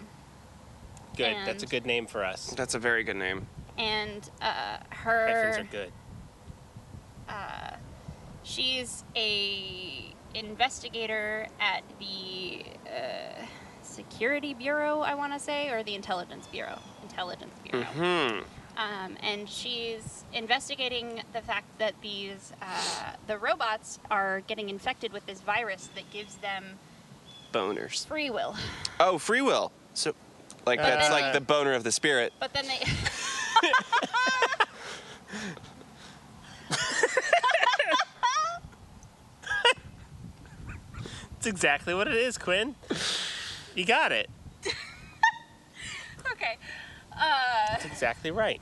Speaker 1: Good. That's a
Speaker 3: And-
Speaker 1: good name for us.
Speaker 5: That's a very good name.
Speaker 3: and uh,
Speaker 1: Hyphens are
Speaker 3: her
Speaker 1: good.
Speaker 3: she's a investigator at the uh, security bureau i want to say or the intelligence bureau intelligence bureau
Speaker 5: Hmm.
Speaker 1: Mm-hmm.
Speaker 3: um, and she's investigating the fact that these uh, the robots are getting infected with this virus that gives them
Speaker 5: Boners.
Speaker 3: free will
Speaker 5: Oh, free will. So, like
Speaker 1: But
Speaker 5: that's
Speaker 1: then-
Speaker 2: Uh.
Speaker 5: like the boner of the spirit.
Speaker 3: but then they [LAUGHS]
Speaker 1: That's exactly what it is,
Speaker 3: [LAUGHS]
Speaker 1: Quinn. You got it.
Speaker 3: okay uh,
Speaker 1: That's exactly right.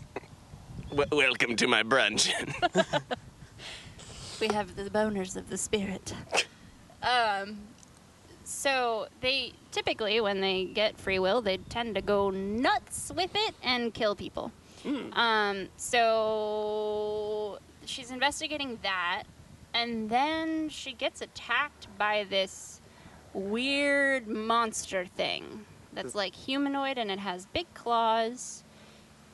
Speaker 5: W- welcome to my brunch. [LAUGHS]
Speaker 3: We have the boners of the spirit. um, so they typically, when they get free will, they tend to go nuts with it and kill people. Um, so she's investigating that, and then she gets attacked by this weird monster thing that's like humanoid and it has big claws,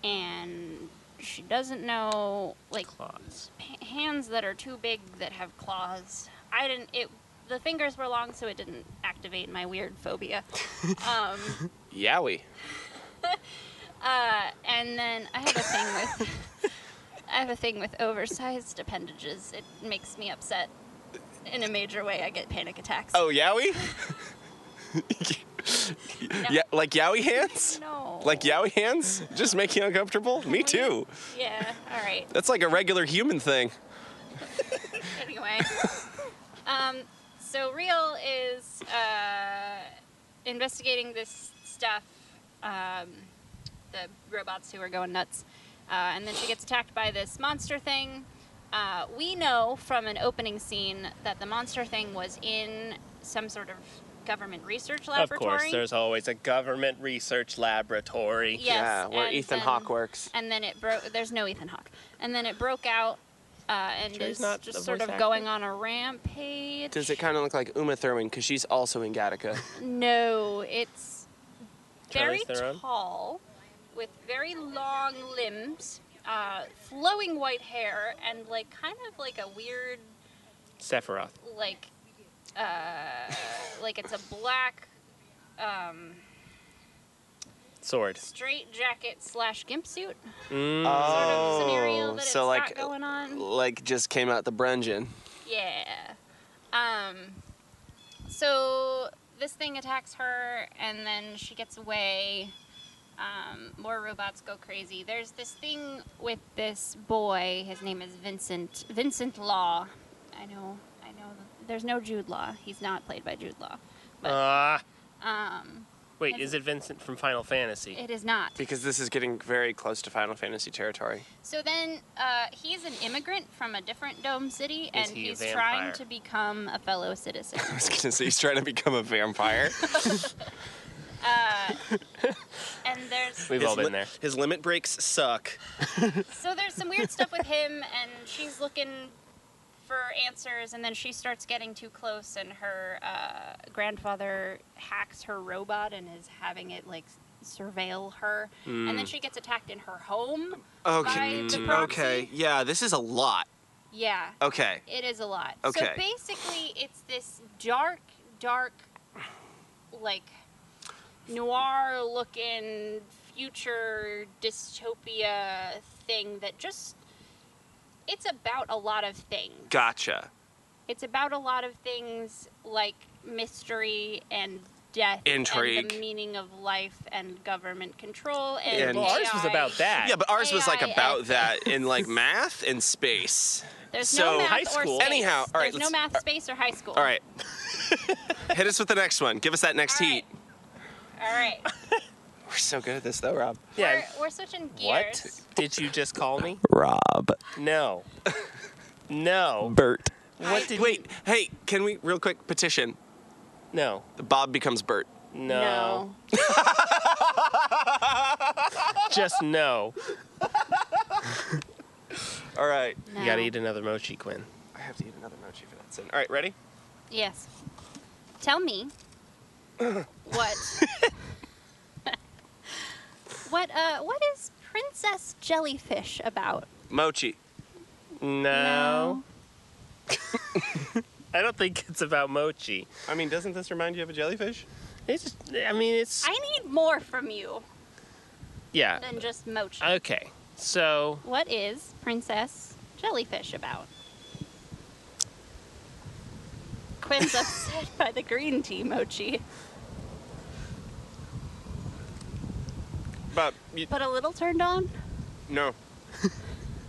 Speaker 3: and she doesn't know like
Speaker 1: Claws.
Speaker 3: h- hands that are too big that have claws. I didn't. It the fingers were long, so it didn't activate my weird
Speaker 5: [LAUGHS]
Speaker 3: phobia. um,
Speaker 5: Yowie.
Speaker 3: uh, and then I have a thing with I have a thing with oversized appendages. It makes me upset in a major way. I get panic attacks.
Speaker 5: Oh, yowie. [LAUGHS] Yeah, like yowie hands.
Speaker 3: no!
Speaker 5: Like yowie hands. Just make you uncomfortable. Me too.
Speaker 3: Yeah. All right.
Speaker 5: That's like a regular human thing.
Speaker 3: anyway. [LAUGHS] um, so Real is uh, investigating this stuff, um, the robots who are going nuts, uh, and then she gets attacked by this monster thing. Uh, we know from an opening scene that the monster thing was in some sort of government research
Speaker 1: Of
Speaker 3: laboratory.
Speaker 1: course, there's always a government research laboratory.
Speaker 3: Yes,
Speaker 5: yeah, where
Speaker 3: and um,
Speaker 5: Ethan
Speaker 3: then-
Speaker 5: Hawke works.
Speaker 3: and then it broke. There's no Ethan Hawke, and then it broke out uh, and
Speaker 1: Sure he's
Speaker 3: is
Speaker 1: not a
Speaker 3: just sort
Speaker 1: voice
Speaker 3: of
Speaker 1: actor?
Speaker 3: going on a rampage.
Speaker 2: Does it kind of look like Uma Thurman because she's also in
Speaker 3: [LAUGHS]
Speaker 2: Gattaca?
Speaker 3: No, it's very
Speaker 1: Charlize Theron?
Speaker 3: tall, with very long limbs, uh, flowing white hair, and like kind of like a weird
Speaker 1: Sephiroth.
Speaker 3: like uh, like it's a black um,
Speaker 1: Sword.
Speaker 3: straight jacket slash gimp suit
Speaker 1: Mm.
Speaker 3: sort of scenario
Speaker 5: Oh,
Speaker 3: that
Speaker 5: so
Speaker 3: it's
Speaker 5: like,
Speaker 3: got going on.
Speaker 5: like just came out the brungeon.
Speaker 3: Yeah. Um, so this thing attacks her, and then she gets away. Um, more robots go crazy. There's this thing with this boy. His name is Vincent. Vincent Law. I know. I know. There's no Jude Law. He's not played by Jude Law.
Speaker 1: Ah.
Speaker 3: Um,
Speaker 1: wait, is it Vincent from Final Fantasy?
Speaker 3: it is not.
Speaker 5: Because this is getting very close to Final Fantasy territory. [LAUGHS]
Speaker 3: So then uh, he's an immigrant from a different dome city, and
Speaker 1: Is he a
Speaker 3: he's
Speaker 1: vampire?
Speaker 3: trying to become a fellow citizen.
Speaker 5: I was gonna say he's trying to become a [LAUGHS] vampire.
Speaker 3: Uh, and
Speaker 1: [LAUGHS]
Speaker 3: there's
Speaker 1: We've
Speaker 5: His
Speaker 1: all been
Speaker 5: li-
Speaker 1: there.
Speaker 2: His limit breaks suck.
Speaker 3: So there's some weird stuff with him, and she's looking for answers, and then she starts getting too close, and her uh, grandfather hacks her robot and is having it like surveil her, and then she gets attacked in her home.
Speaker 2: Okay.
Speaker 5: mm,
Speaker 3: By the proxy?
Speaker 2: Okay. Yeah, this is a lot.
Speaker 3: Yeah,
Speaker 2: Okay.
Speaker 3: it is a lot. So
Speaker 2: Okay.
Speaker 3: basically, it's this dark, dark, like noir looking future dystopia thing that just. It's about a lot of things.
Speaker 2: Gotcha.
Speaker 3: It's about a lot of things like mystery and death, and
Speaker 2: Intrigue.
Speaker 3: the meaning of life, and government control. And,
Speaker 2: And-
Speaker 1: well, ours was
Speaker 3: AI.
Speaker 1: about that.
Speaker 2: Yeah, but ours was like
Speaker 3: AI
Speaker 2: about that in like math and space.
Speaker 3: There's
Speaker 2: so-
Speaker 3: no math
Speaker 1: high
Speaker 3: or
Speaker 1: school.
Speaker 3: space.
Speaker 2: Anyhow, all right,
Speaker 3: There's no
Speaker 2: let's-
Speaker 3: math, space, or high school.
Speaker 2: All
Speaker 3: [LAUGHS]
Speaker 2: right.
Speaker 5: Hit us with the next one. Give us that next
Speaker 3: All right.
Speaker 5: heat.
Speaker 3: All right.
Speaker 5: We're so good at this though, Rob.
Speaker 1: Yeah.
Speaker 3: We're, we're switching
Speaker 1: What
Speaker 3: gears.
Speaker 1: did you just call me?
Speaker 5: Rob.
Speaker 1: No. No.
Speaker 5: Bert.
Speaker 1: What did
Speaker 5: Wait, hey, can we real quick petition?
Speaker 1: No.
Speaker 5: Bob becomes Bert.
Speaker 1: No. Just no.
Speaker 5: All right.
Speaker 1: You gotta eat another mochi, Quinn.
Speaker 5: I have to eat another mochi for that sin.
Speaker 2: All right, ready?
Speaker 3: Yes.
Speaker 1: [COUGHS]
Speaker 3: Tell me what
Speaker 1: [LAUGHS]
Speaker 3: what uh what is Princess Jellyfish about?
Speaker 2: Mochi.
Speaker 1: No. I don't think it's about mochi.
Speaker 2: I mean, doesn't this remind you of a jellyfish?
Speaker 1: It's just, I mean, it's.
Speaker 3: I need more from you
Speaker 1: yeah.
Speaker 3: than just mochi.
Speaker 1: Okay. So,
Speaker 3: what is Princess Jellyfish about?
Speaker 1: [LAUGHS]
Speaker 3: Quinn's upset by the green tea mochi,
Speaker 2: But you,
Speaker 3: but a little turned on.
Speaker 2: no.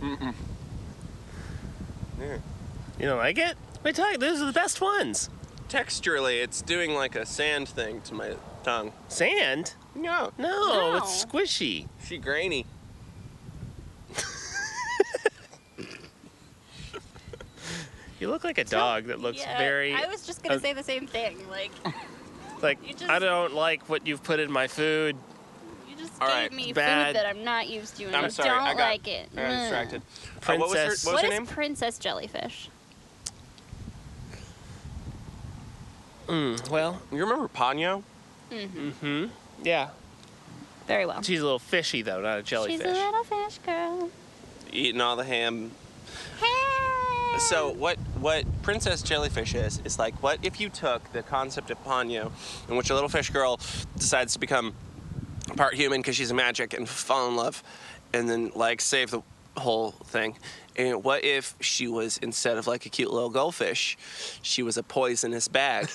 Speaker 2: Mm-mm. Yeah.
Speaker 1: you don't like it? We talk, those are the best ones.
Speaker 2: Texturally, it's doing like a sand thing to my tongue.
Speaker 1: Sand?
Speaker 2: No,
Speaker 1: No,
Speaker 3: No.
Speaker 1: it's squishy.
Speaker 2: she grainy.
Speaker 1: You look like a dog that looks
Speaker 3: Yeah,
Speaker 1: very.
Speaker 3: I was just gonna
Speaker 1: uh,
Speaker 3: say the same thing. Like
Speaker 1: like,
Speaker 3: you just-
Speaker 1: I don't like what you've put in my food.
Speaker 3: you just
Speaker 2: All
Speaker 3: gave
Speaker 2: right,
Speaker 3: me
Speaker 1: bad.
Speaker 3: food that I'm not used to, and
Speaker 2: I'm
Speaker 3: I
Speaker 2: sorry,
Speaker 3: don't
Speaker 2: I got-
Speaker 3: like it.
Speaker 2: I got
Speaker 3: Mm.
Speaker 2: distracted. Uh, what was her, what
Speaker 1: Princess.
Speaker 2: was
Speaker 3: What
Speaker 2: her
Speaker 3: is
Speaker 2: name?
Speaker 3: Princess Jellyfish?
Speaker 1: Mm, well,
Speaker 2: You remember Ponyo?
Speaker 1: hmm.
Speaker 2: Mm-hmm.
Speaker 1: Yeah.
Speaker 3: Very well.
Speaker 1: She's a little fishy, though, not a jellyfish.
Speaker 3: She's a little fish girl.
Speaker 2: Eating all the ham.
Speaker 3: Hey!
Speaker 2: So what what Princess Jellyfish is is like what if you took the concept of Ponyo, in which a little fish girl decides to become part human because she's magic and fall in love, and then like save the whole thing. And what if she was instead of like a cute little goldfish, she was a poisonous bag.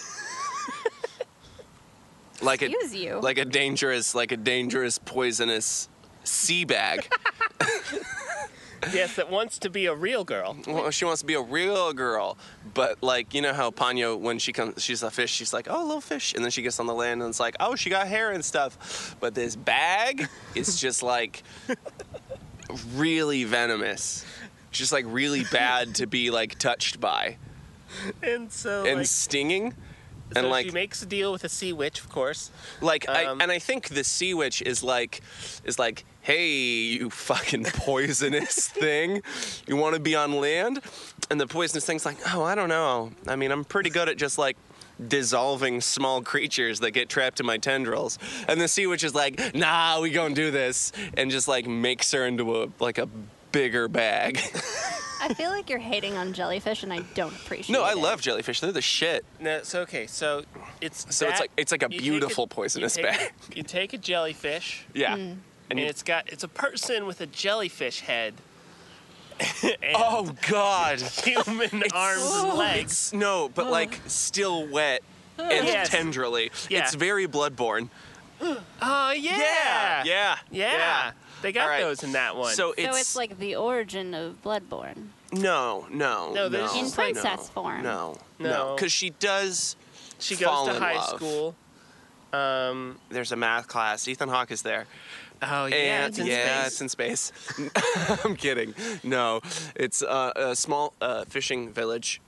Speaker 2: [LAUGHS] like a
Speaker 3: Excuse you.
Speaker 2: like a dangerous like a dangerous poisonous sea bag.
Speaker 1: [LAUGHS] yes, that wants to be a real girl.
Speaker 2: Well, she wants to be a real girl, but like you know how Ponyo, when she comes, she's a fish. She's like, oh, little fish, and then she gets on the land and it's like, oh, she got hair and stuff. But this bag is just like [LAUGHS] really venomous. It's just like really bad to be like touched by
Speaker 1: And so,
Speaker 2: and
Speaker 1: like,
Speaker 2: stinging.
Speaker 1: so
Speaker 2: and like
Speaker 1: she makes a deal with a sea witch, of course.
Speaker 2: Like,
Speaker 1: Um,
Speaker 2: I, and I think the sea witch is like, is like, hey, you [LAUGHS] fucking [LAUGHS] poisonous thing, you want to be on land? And the poisonous thing's like, oh, I don't know. I mean, I'm pretty good at just like dissolving small creatures that get trapped in my tendrils. And the sea witch is like, nah, we gonna do this, and just like makes her into a like a bigger bag. [LAUGHS]
Speaker 3: I feel like you're hating on jellyfish, and I don't appreciate
Speaker 2: no, I
Speaker 3: it.
Speaker 2: love jellyfish. They're the shit.
Speaker 1: No, so okay, so it's
Speaker 2: So it's
Speaker 1: that-
Speaker 2: like it's like a
Speaker 1: you take
Speaker 2: beautiful
Speaker 1: you
Speaker 2: poisonous
Speaker 1: take a-
Speaker 2: bag.
Speaker 1: [LAUGHS] You take a jellyfish,
Speaker 2: Yeah.
Speaker 1: and,
Speaker 2: you-
Speaker 1: it's got it's a person with a jellyfish head, [LAUGHS] and
Speaker 2: oh God. [LAUGHS]
Speaker 1: human arms and legs.
Speaker 2: It's no, but like still wet and
Speaker 1: Yes.
Speaker 2: tenderly.
Speaker 1: Yeah.
Speaker 2: It's very bloodborne.
Speaker 1: Oh yeah,
Speaker 2: Yeah.
Speaker 1: yeah. They got
Speaker 2: All right.
Speaker 1: those in that one.
Speaker 2: So
Speaker 3: So
Speaker 2: it's,
Speaker 3: it's, like the origin of Bloodborne.
Speaker 2: no, no,
Speaker 1: No,
Speaker 2: no,
Speaker 1: there's
Speaker 3: In
Speaker 1: just like-
Speaker 3: princess form.
Speaker 2: No, no,
Speaker 1: No.
Speaker 2: because she does.
Speaker 1: she goes
Speaker 2: fall
Speaker 1: to
Speaker 2: in
Speaker 1: high
Speaker 2: love.
Speaker 1: school. Um.
Speaker 2: There's a math class. Ethan Hawke is there.
Speaker 1: Oh yeah,
Speaker 2: and
Speaker 1: it's in
Speaker 2: yeah,
Speaker 1: space.
Speaker 2: it's in space. [LAUGHS] I'm kidding. No, it's uh, a small uh, fishing village,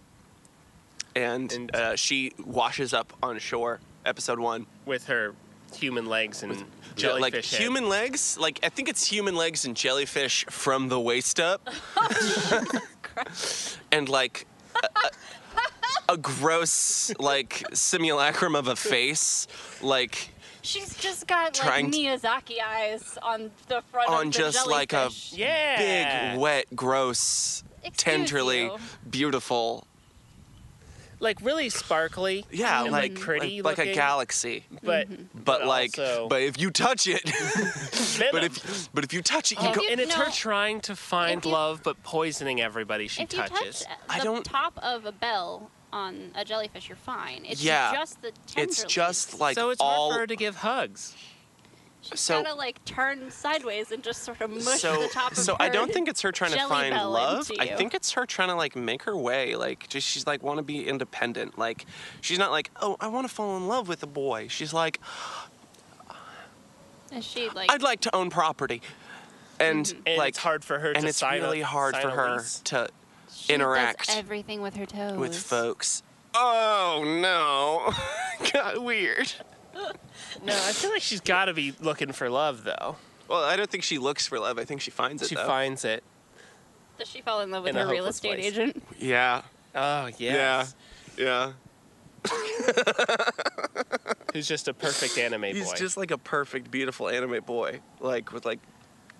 Speaker 2: and,
Speaker 1: And-
Speaker 2: uh, she washes up on shore. Episode one.
Speaker 1: with her human legs and
Speaker 2: Yeah,
Speaker 1: jellyfish
Speaker 2: like
Speaker 1: head.
Speaker 2: human legs. Like I think it's human legs and jellyfish from the waist up, [LAUGHS] and like a, a, a gross like simulacrum of a face, like
Speaker 3: She's just got like
Speaker 2: Trying to-
Speaker 3: Miyazaki eyes on the front
Speaker 2: On
Speaker 3: of the
Speaker 2: just like a-
Speaker 3: jellyfish.
Speaker 1: Yeah.
Speaker 2: big, wet, gross,
Speaker 3: Excuse
Speaker 2: tenderly
Speaker 3: you.
Speaker 2: beautiful.
Speaker 1: Like really sparkly.
Speaker 2: Yeah,
Speaker 1: and,
Speaker 2: like
Speaker 1: pretty,
Speaker 2: like, like a
Speaker 1: looking,
Speaker 2: galaxy.
Speaker 1: But
Speaker 3: Mm-hmm.
Speaker 2: But, like,
Speaker 1: also
Speaker 2: but if you touch it, [LAUGHS] but
Speaker 1: venom.
Speaker 2: if but if you touch it, you
Speaker 1: Oh,
Speaker 2: go.
Speaker 3: you-
Speaker 1: and it's her
Speaker 3: no.
Speaker 1: trying to find
Speaker 3: If you-
Speaker 1: love, but poisoning everybody she
Speaker 3: if you
Speaker 1: touches.
Speaker 3: touch the
Speaker 2: I don't-
Speaker 3: top of a bell on a jellyfish, you're fine. It's
Speaker 2: Yeah.
Speaker 3: just the
Speaker 2: It's
Speaker 3: tenderly.
Speaker 2: just like
Speaker 1: so it's
Speaker 2: all.
Speaker 1: hard for her to give hugs.
Speaker 3: She's
Speaker 2: so-
Speaker 3: gotta like turn sideways and just sort of mush
Speaker 2: so,
Speaker 3: the top of
Speaker 2: so
Speaker 3: her.
Speaker 2: I don't think it's her trying to
Speaker 3: jelly
Speaker 2: find
Speaker 3: bell
Speaker 2: love.
Speaker 3: into
Speaker 2: I
Speaker 3: you.
Speaker 2: think it's her trying to like make her way. Like just she's like want to be independent. Like she's not like oh I want to fall in love with a boy. She's like
Speaker 3: Is she like Mm-hmm.
Speaker 2: I'd like to own property, and
Speaker 1: And
Speaker 2: like
Speaker 1: it's hard for her
Speaker 2: and
Speaker 1: to
Speaker 2: it's
Speaker 1: sign a-
Speaker 2: really hard
Speaker 1: sign
Speaker 2: for
Speaker 1: a
Speaker 2: her
Speaker 1: lease.
Speaker 2: to
Speaker 3: she
Speaker 2: interact
Speaker 3: does everything with her toes.
Speaker 2: with folks. Oh no, [LAUGHS] got weird.
Speaker 1: No, I feel like she's got to be looking for love though.
Speaker 5: Well, I don't think she looks for love. I think she finds it.
Speaker 1: She
Speaker 5: though.
Speaker 1: finds it.
Speaker 3: Does she fall in love with
Speaker 1: In a
Speaker 3: her real
Speaker 1: hopeless
Speaker 3: estate
Speaker 1: place.
Speaker 2: [LAUGHS]
Speaker 3: agent?
Speaker 5: Yeah.
Speaker 1: Oh yes.
Speaker 5: Yeah. Yeah.
Speaker 1: Who's just a perfect anime
Speaker 5: He's
Speaker 1: boy.
Speaker 5: just like a perfect, beautiful anime boy, like with like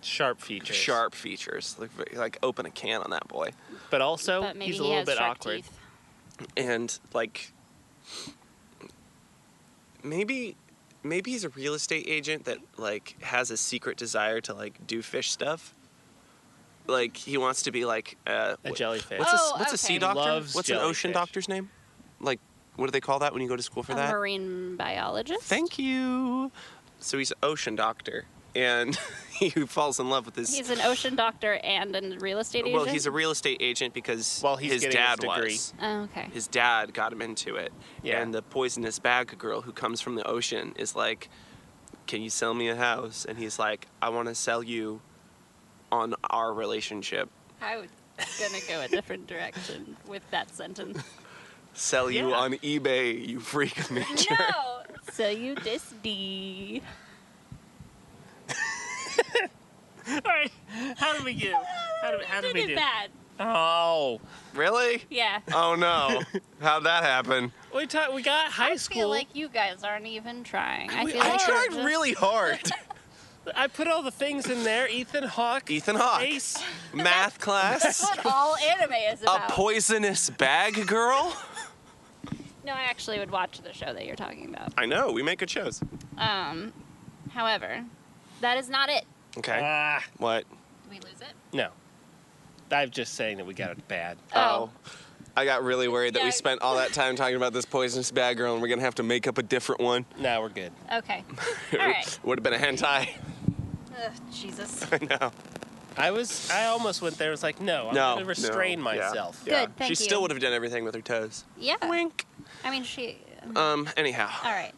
Speaker 1: sharp features.
Speaker 5: sharp features. Like, ve- like open a can on that boy,
Speaker 1: But also
Speaker 3: but maybe
Speaker 1: he's a
Speaker 3: he
Speaker 1: little
Speaker 3: has
Speaker 1: bit
Speaker 3: sharp
Speaker 1: awkward.
Speaker 3: teeth.
Speaker 5: and
Speaker 2: like maybe maybe he's a real estate agent that like has a secret desire to like do fish stuff like he wants to be like uh,
Speaker 1: A
Speaker 2: wh-
Speaker 1: jellyfish.
Speaker 2: what's,
Speaker 3: Oh,
Speaker 2: a, what's a
Speaker 3: okay.
Speaker 2: sea doctor
Speaker 1: Loves
Speaker 2: what's an ocean
Speaker 1: jellyfish.
Speaker 2: doctor's name like what do they call that when you go to school for
Speaker 3: A
Speaker 2: that
Speaker 3: marine biologist.
Speaker 2: thank you so he's an ocean doctor and [LAUGHS] he falls in love with his
Speaker 3: He's an ocean doctor and a real estate agent.
Speaker 2: well he's a real estate agent because
Speaker 1: While he's
Speaker 2: his
Speaker 1: getting his
Speaker 2: dad
Speaker 1: degree.
Speaker 2: was
Speaker 3: Oh, okay.
Speaker 2: his dad got him into it.
Speaker 1: Yeah.
Speaker 2: And the poisonous bag girl who comes from the ocean is like, Can you sell me a house? And he's like, I want to sell you on our relationship.
Speaker 3: I was gonna go a different direction with that
Speaker 2: [LAUGHS]
Speaker 3: sentence.
Speaker 2: Sell you
Speaker 1: Yeah.
Speaker 2: on eBay, you freak of nature.
Speaker 3: [LAUGHS] no. So you this D.
Speaker 1: [LAUGHS] All right. How did we do? How did, how did
Speaker 3: did
Speaker 1: we
Speaker 3: Oh, it
Speaker 1: do?
Speaker 3: bad.
Speaker 1: Oh,
Speaker 2: [LAUGHS] Really?
Speaker 3: Yeah.
Speaker 2: Oh no. How'd that happen?
Speaker 1: we ta- we got high
Speaker 3: I
Speaker 1: school.
Speaker 3: feel like you guys aren't even trying. I
Speaker 2: We-
Speaker 3: feel like you're
Speaker 2: tried
Speaker 3: just-
Speaker 2: really hard.
Speaker 1: I put all the things in there. Ethan Hawke.
Speaker 2: Ethan Hawke.
Speaker 1: Ace.
Speaker 2: Math
Speaker 3: That's
Speaker 2: class.
Speaker 3: [LAUGHS] what all anime is
Speaker 2: A
Speaker 3: about.
Speaker 2: poisonous bag girl?
Speaker 3: no, I actually would watch the show that you're talking about.
Speaker 2: I know, we make good shows.
Speaker 3: Um, however, that is not it.
Speaker 2: Okay.
Speaker 1: Ah,
Speaker 2: what?
Speaker 3: Did we lose it?
Speaker 1: no. I'm just saying that we got it bad.
Speaker 3: Oh.
Speaker 5: I got really worried that
Speaker 3: Yeah.
Speaker 5: we spent all that time talking about this poisonous bad girl, and we're gonna have to make up a different one.
Speaker 1: Now we're good.
Speaker 3: Oh, Okay. All right.
Speaker 5: Would have been a hentai. [LAUGHS]
Speaker 3: Ugh, Jesus.
Speaker 5: I know.
Speaker 1: I was. I almost went there. I was like, no. I'm
Speaker 5: No,
Speaker 1: gonna restrain
Speaker 5: no, yeah.
Speaker 1: myself.
Speaker 3: Yeah. Good, thank
Speaker 5: she still
Speaker 3: you.
Speaker 5: would have done everything with her toes.
Speaker 3: Yeah.
Speaker 5: Wink.
Speaker 3: I mean, she.
Speaker 5: Um. Anyhow.
Speaker 3: All right.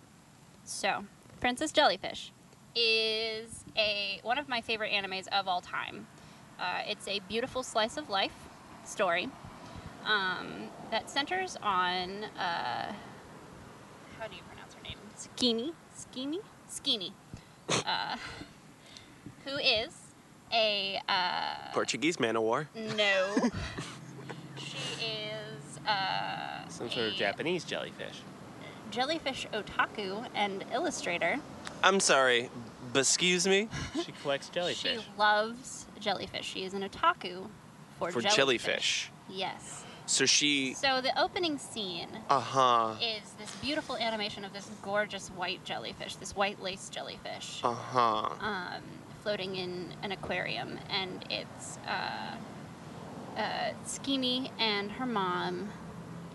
Speaker 3: So, Princess Jellyfish is a one of my favorite animes of all time. Uh, it's a beautiful slice of life story um, that centers on uh, how do you pronounce her name? Skinny, Skinny, Skinny, uh, who is a uh,
Speaker 2: Portuguese man o' war.
Speaker 3: no. she is uh,
Speaker 1: Some sort of
Speaker 3: a
Speaker 1: Japanese jellyfish.
Speaker 3: jellyfish otaku and illustrator.
Speaker 2: I'm sorry. Excuse me?
Speaker 1: She collects jellyfish.
Speaker 3: She loves jellyfish. She is an otaku for,
Speaker 2: For jellyfish.
Speaker 3: Yes.
Speaker 2: So she.
Speaker 3: So the opening scene
Speaker 2: Uh
Speaker 5: uh-huh,
Speaker 2: huh.
Speaker 3: is this beautiful animation of this gorgeous white jellyfish, this white lace jellyfish,
Speaker 2: Uh
Speaker 5: uh-huh.
Speaker 2: huh.
Speaker 3: um, floating in an aquarium, and it's uh, uh, Skimi and her mom.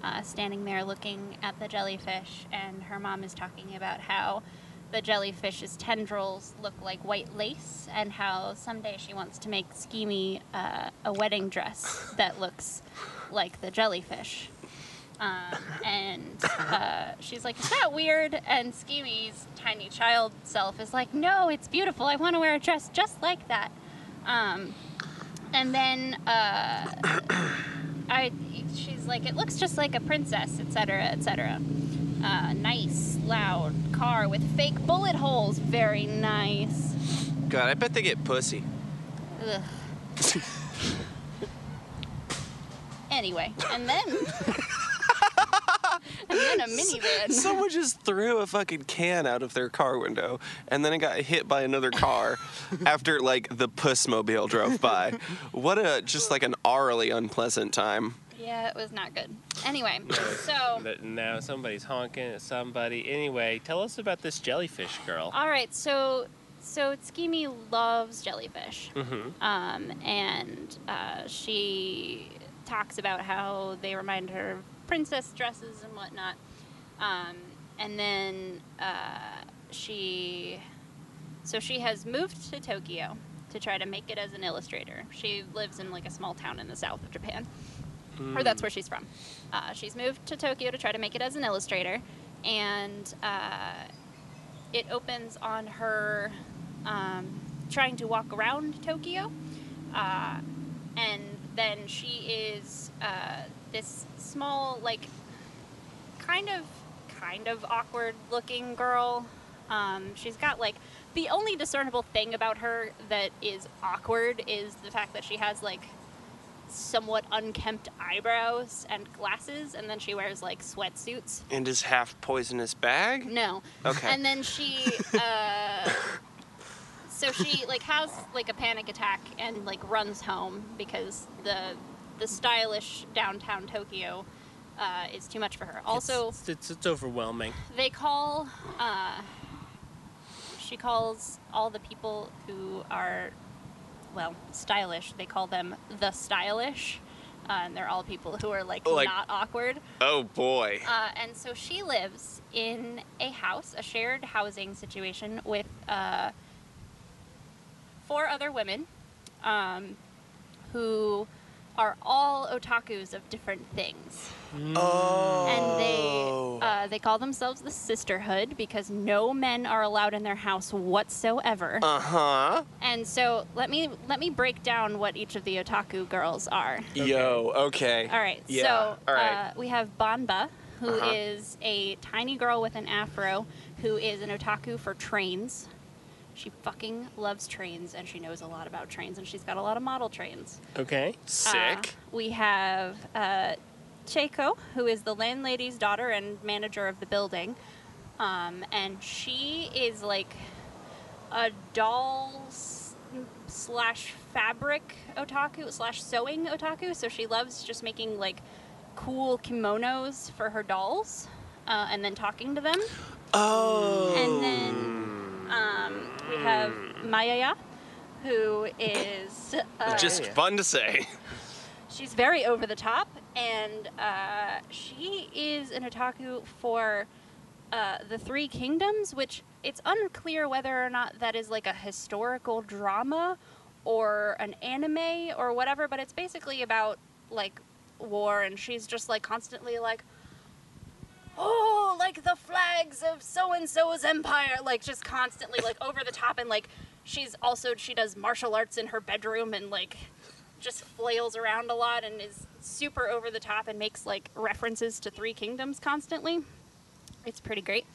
Speaker 3: Uh, standing there looking at the jellyfish, and her mom is talking about how the jellyfish's tendrils look like white lace, and how someday she wants to make Skimi uh, a wedding dress that looks like the jellyfish. Um, and uh, she's like, "Is that weird?" And Skimi's tiny child self is like, "No, it's beautiful. I want to wear a dress just like that." Um, and then uh, I, she's like, "It looks just like a princess, etc., etc." Uh, nice, loud car with fake bullet holes. Very nice.
Speaker 2: God, I bet they get pussy.
Speaker 3: Ugh. anyway, and then [LAUGHS] and then a
Speaker 2: [LAUGHS]
Speaker 3: minivan.
Speaker 2: Someone just threw a fucking can out of their car window, and then it got hit by another car after like the pussmobile drove by. What a just like an aurally unpleasant time.
Speaker 3: yeah, it was not good. Anyway, so
Speaker 1: But now somebody's honking at somebody. Anyway, tell us about this jellyfish girl.
Speaker 3: all right, so so Skimi loves jellyfish.
Speaker 1: mm-hmm.
Speaker 3: um, and uh, she talks about how they remind her of princess dresses and whatnot. Um, and then uh, she, so she has moved to Tokyo to try to make it as an illustrator. She lives in like a small town in the south of Japan, or that's where she's from. Uh, she's moved to Tokyo to try to make it as an illustrator, and uh, it opens on her um, trying to walk around Tokyo. Uh, and then she is uh, this small, like, kind of, kind of awkward looking girl. Um, she's got like the only discernible thing about her that is awkward is the fact that she has like somewhat unkempt eyebrows and glasses, and then she wears like sweatsuits.
Speaker 2: And his half poisonous bag?
Speaker 3: No.
Speaker 2: Okay.
Speaker 3: And then she, uh, so she like has like a panic attack and like runs home because the the stylish downtown Tokyo uh, is too much for her. Also,
Speaker 1: it's, it's, it's overwhelming.
Speaker 3: they call. Uh, she calls all the people who are, well, stylish. They call them the stylish, uh, and they're all people who are like,
Speaker 5: Like-
Speaker 3: not awkward.
Speaker 5: Oh boy.
Speaker 3: Uh, and so she lives in a house, a shared housing situation with uh, four other women, um, who are all otakus of different things
Speaker 5: Uh,
Speaker 3: and
Speaker 2: Oh.
Speaker 3: they uh, they call themselves the sisterhood because no men are allowed in their house whatsoever
Speaker 5: Uh
Speaker 2: Uh-huh.
Speaker 5: huh.
Speaker 3: and so let me let me break down what each of the otaku girls are
Speaker 5: Yo. Okay.
Speaker 3: all right
Speaker 5: Yeah.
Speaker 3: so
Speaker 5: all right.
Speaker 3: uh, we have banba who is
Speaker 5: Uh-huh.
Speaker 3: a tiny girl with an afro who is an otaku for trains she fucking loves trains and she knows a lot about trains and she's got a lot of model trains
Speaker 1: Okay.
Speaker 5: Sick.
Speaker 3: uh, we have uh, Cheiko, who is the landlady's daughter and manager of the building. Um, and she is like a doll s- slash fabric otaku slash sewing otaku. So she loves just making like cool kimonos for her dolls uh, and then talking to them.
Speaker 5: oh.
Speaker 3: And then um, we have Mayaya, who is. Uh,
Speaker 5: Just
Speaker 1: Yeah.
Speaker 5: fun to say.
Speaker 3: She's very over the top, and uh, she is an otaku for uh, the Three Kingdoms, which it's unclear whether or not that is like a historical drama or an anime or whatever, but it's basically about like war, and she's just like constantly like. Oh, like the flags of so and so's empire, like just constantly, like over the top, and like she's also she does martial arts in her bedroom, and like just flails around a lot and is super over the top and makes like references to Three Kingdoms constantly. It's pretty great.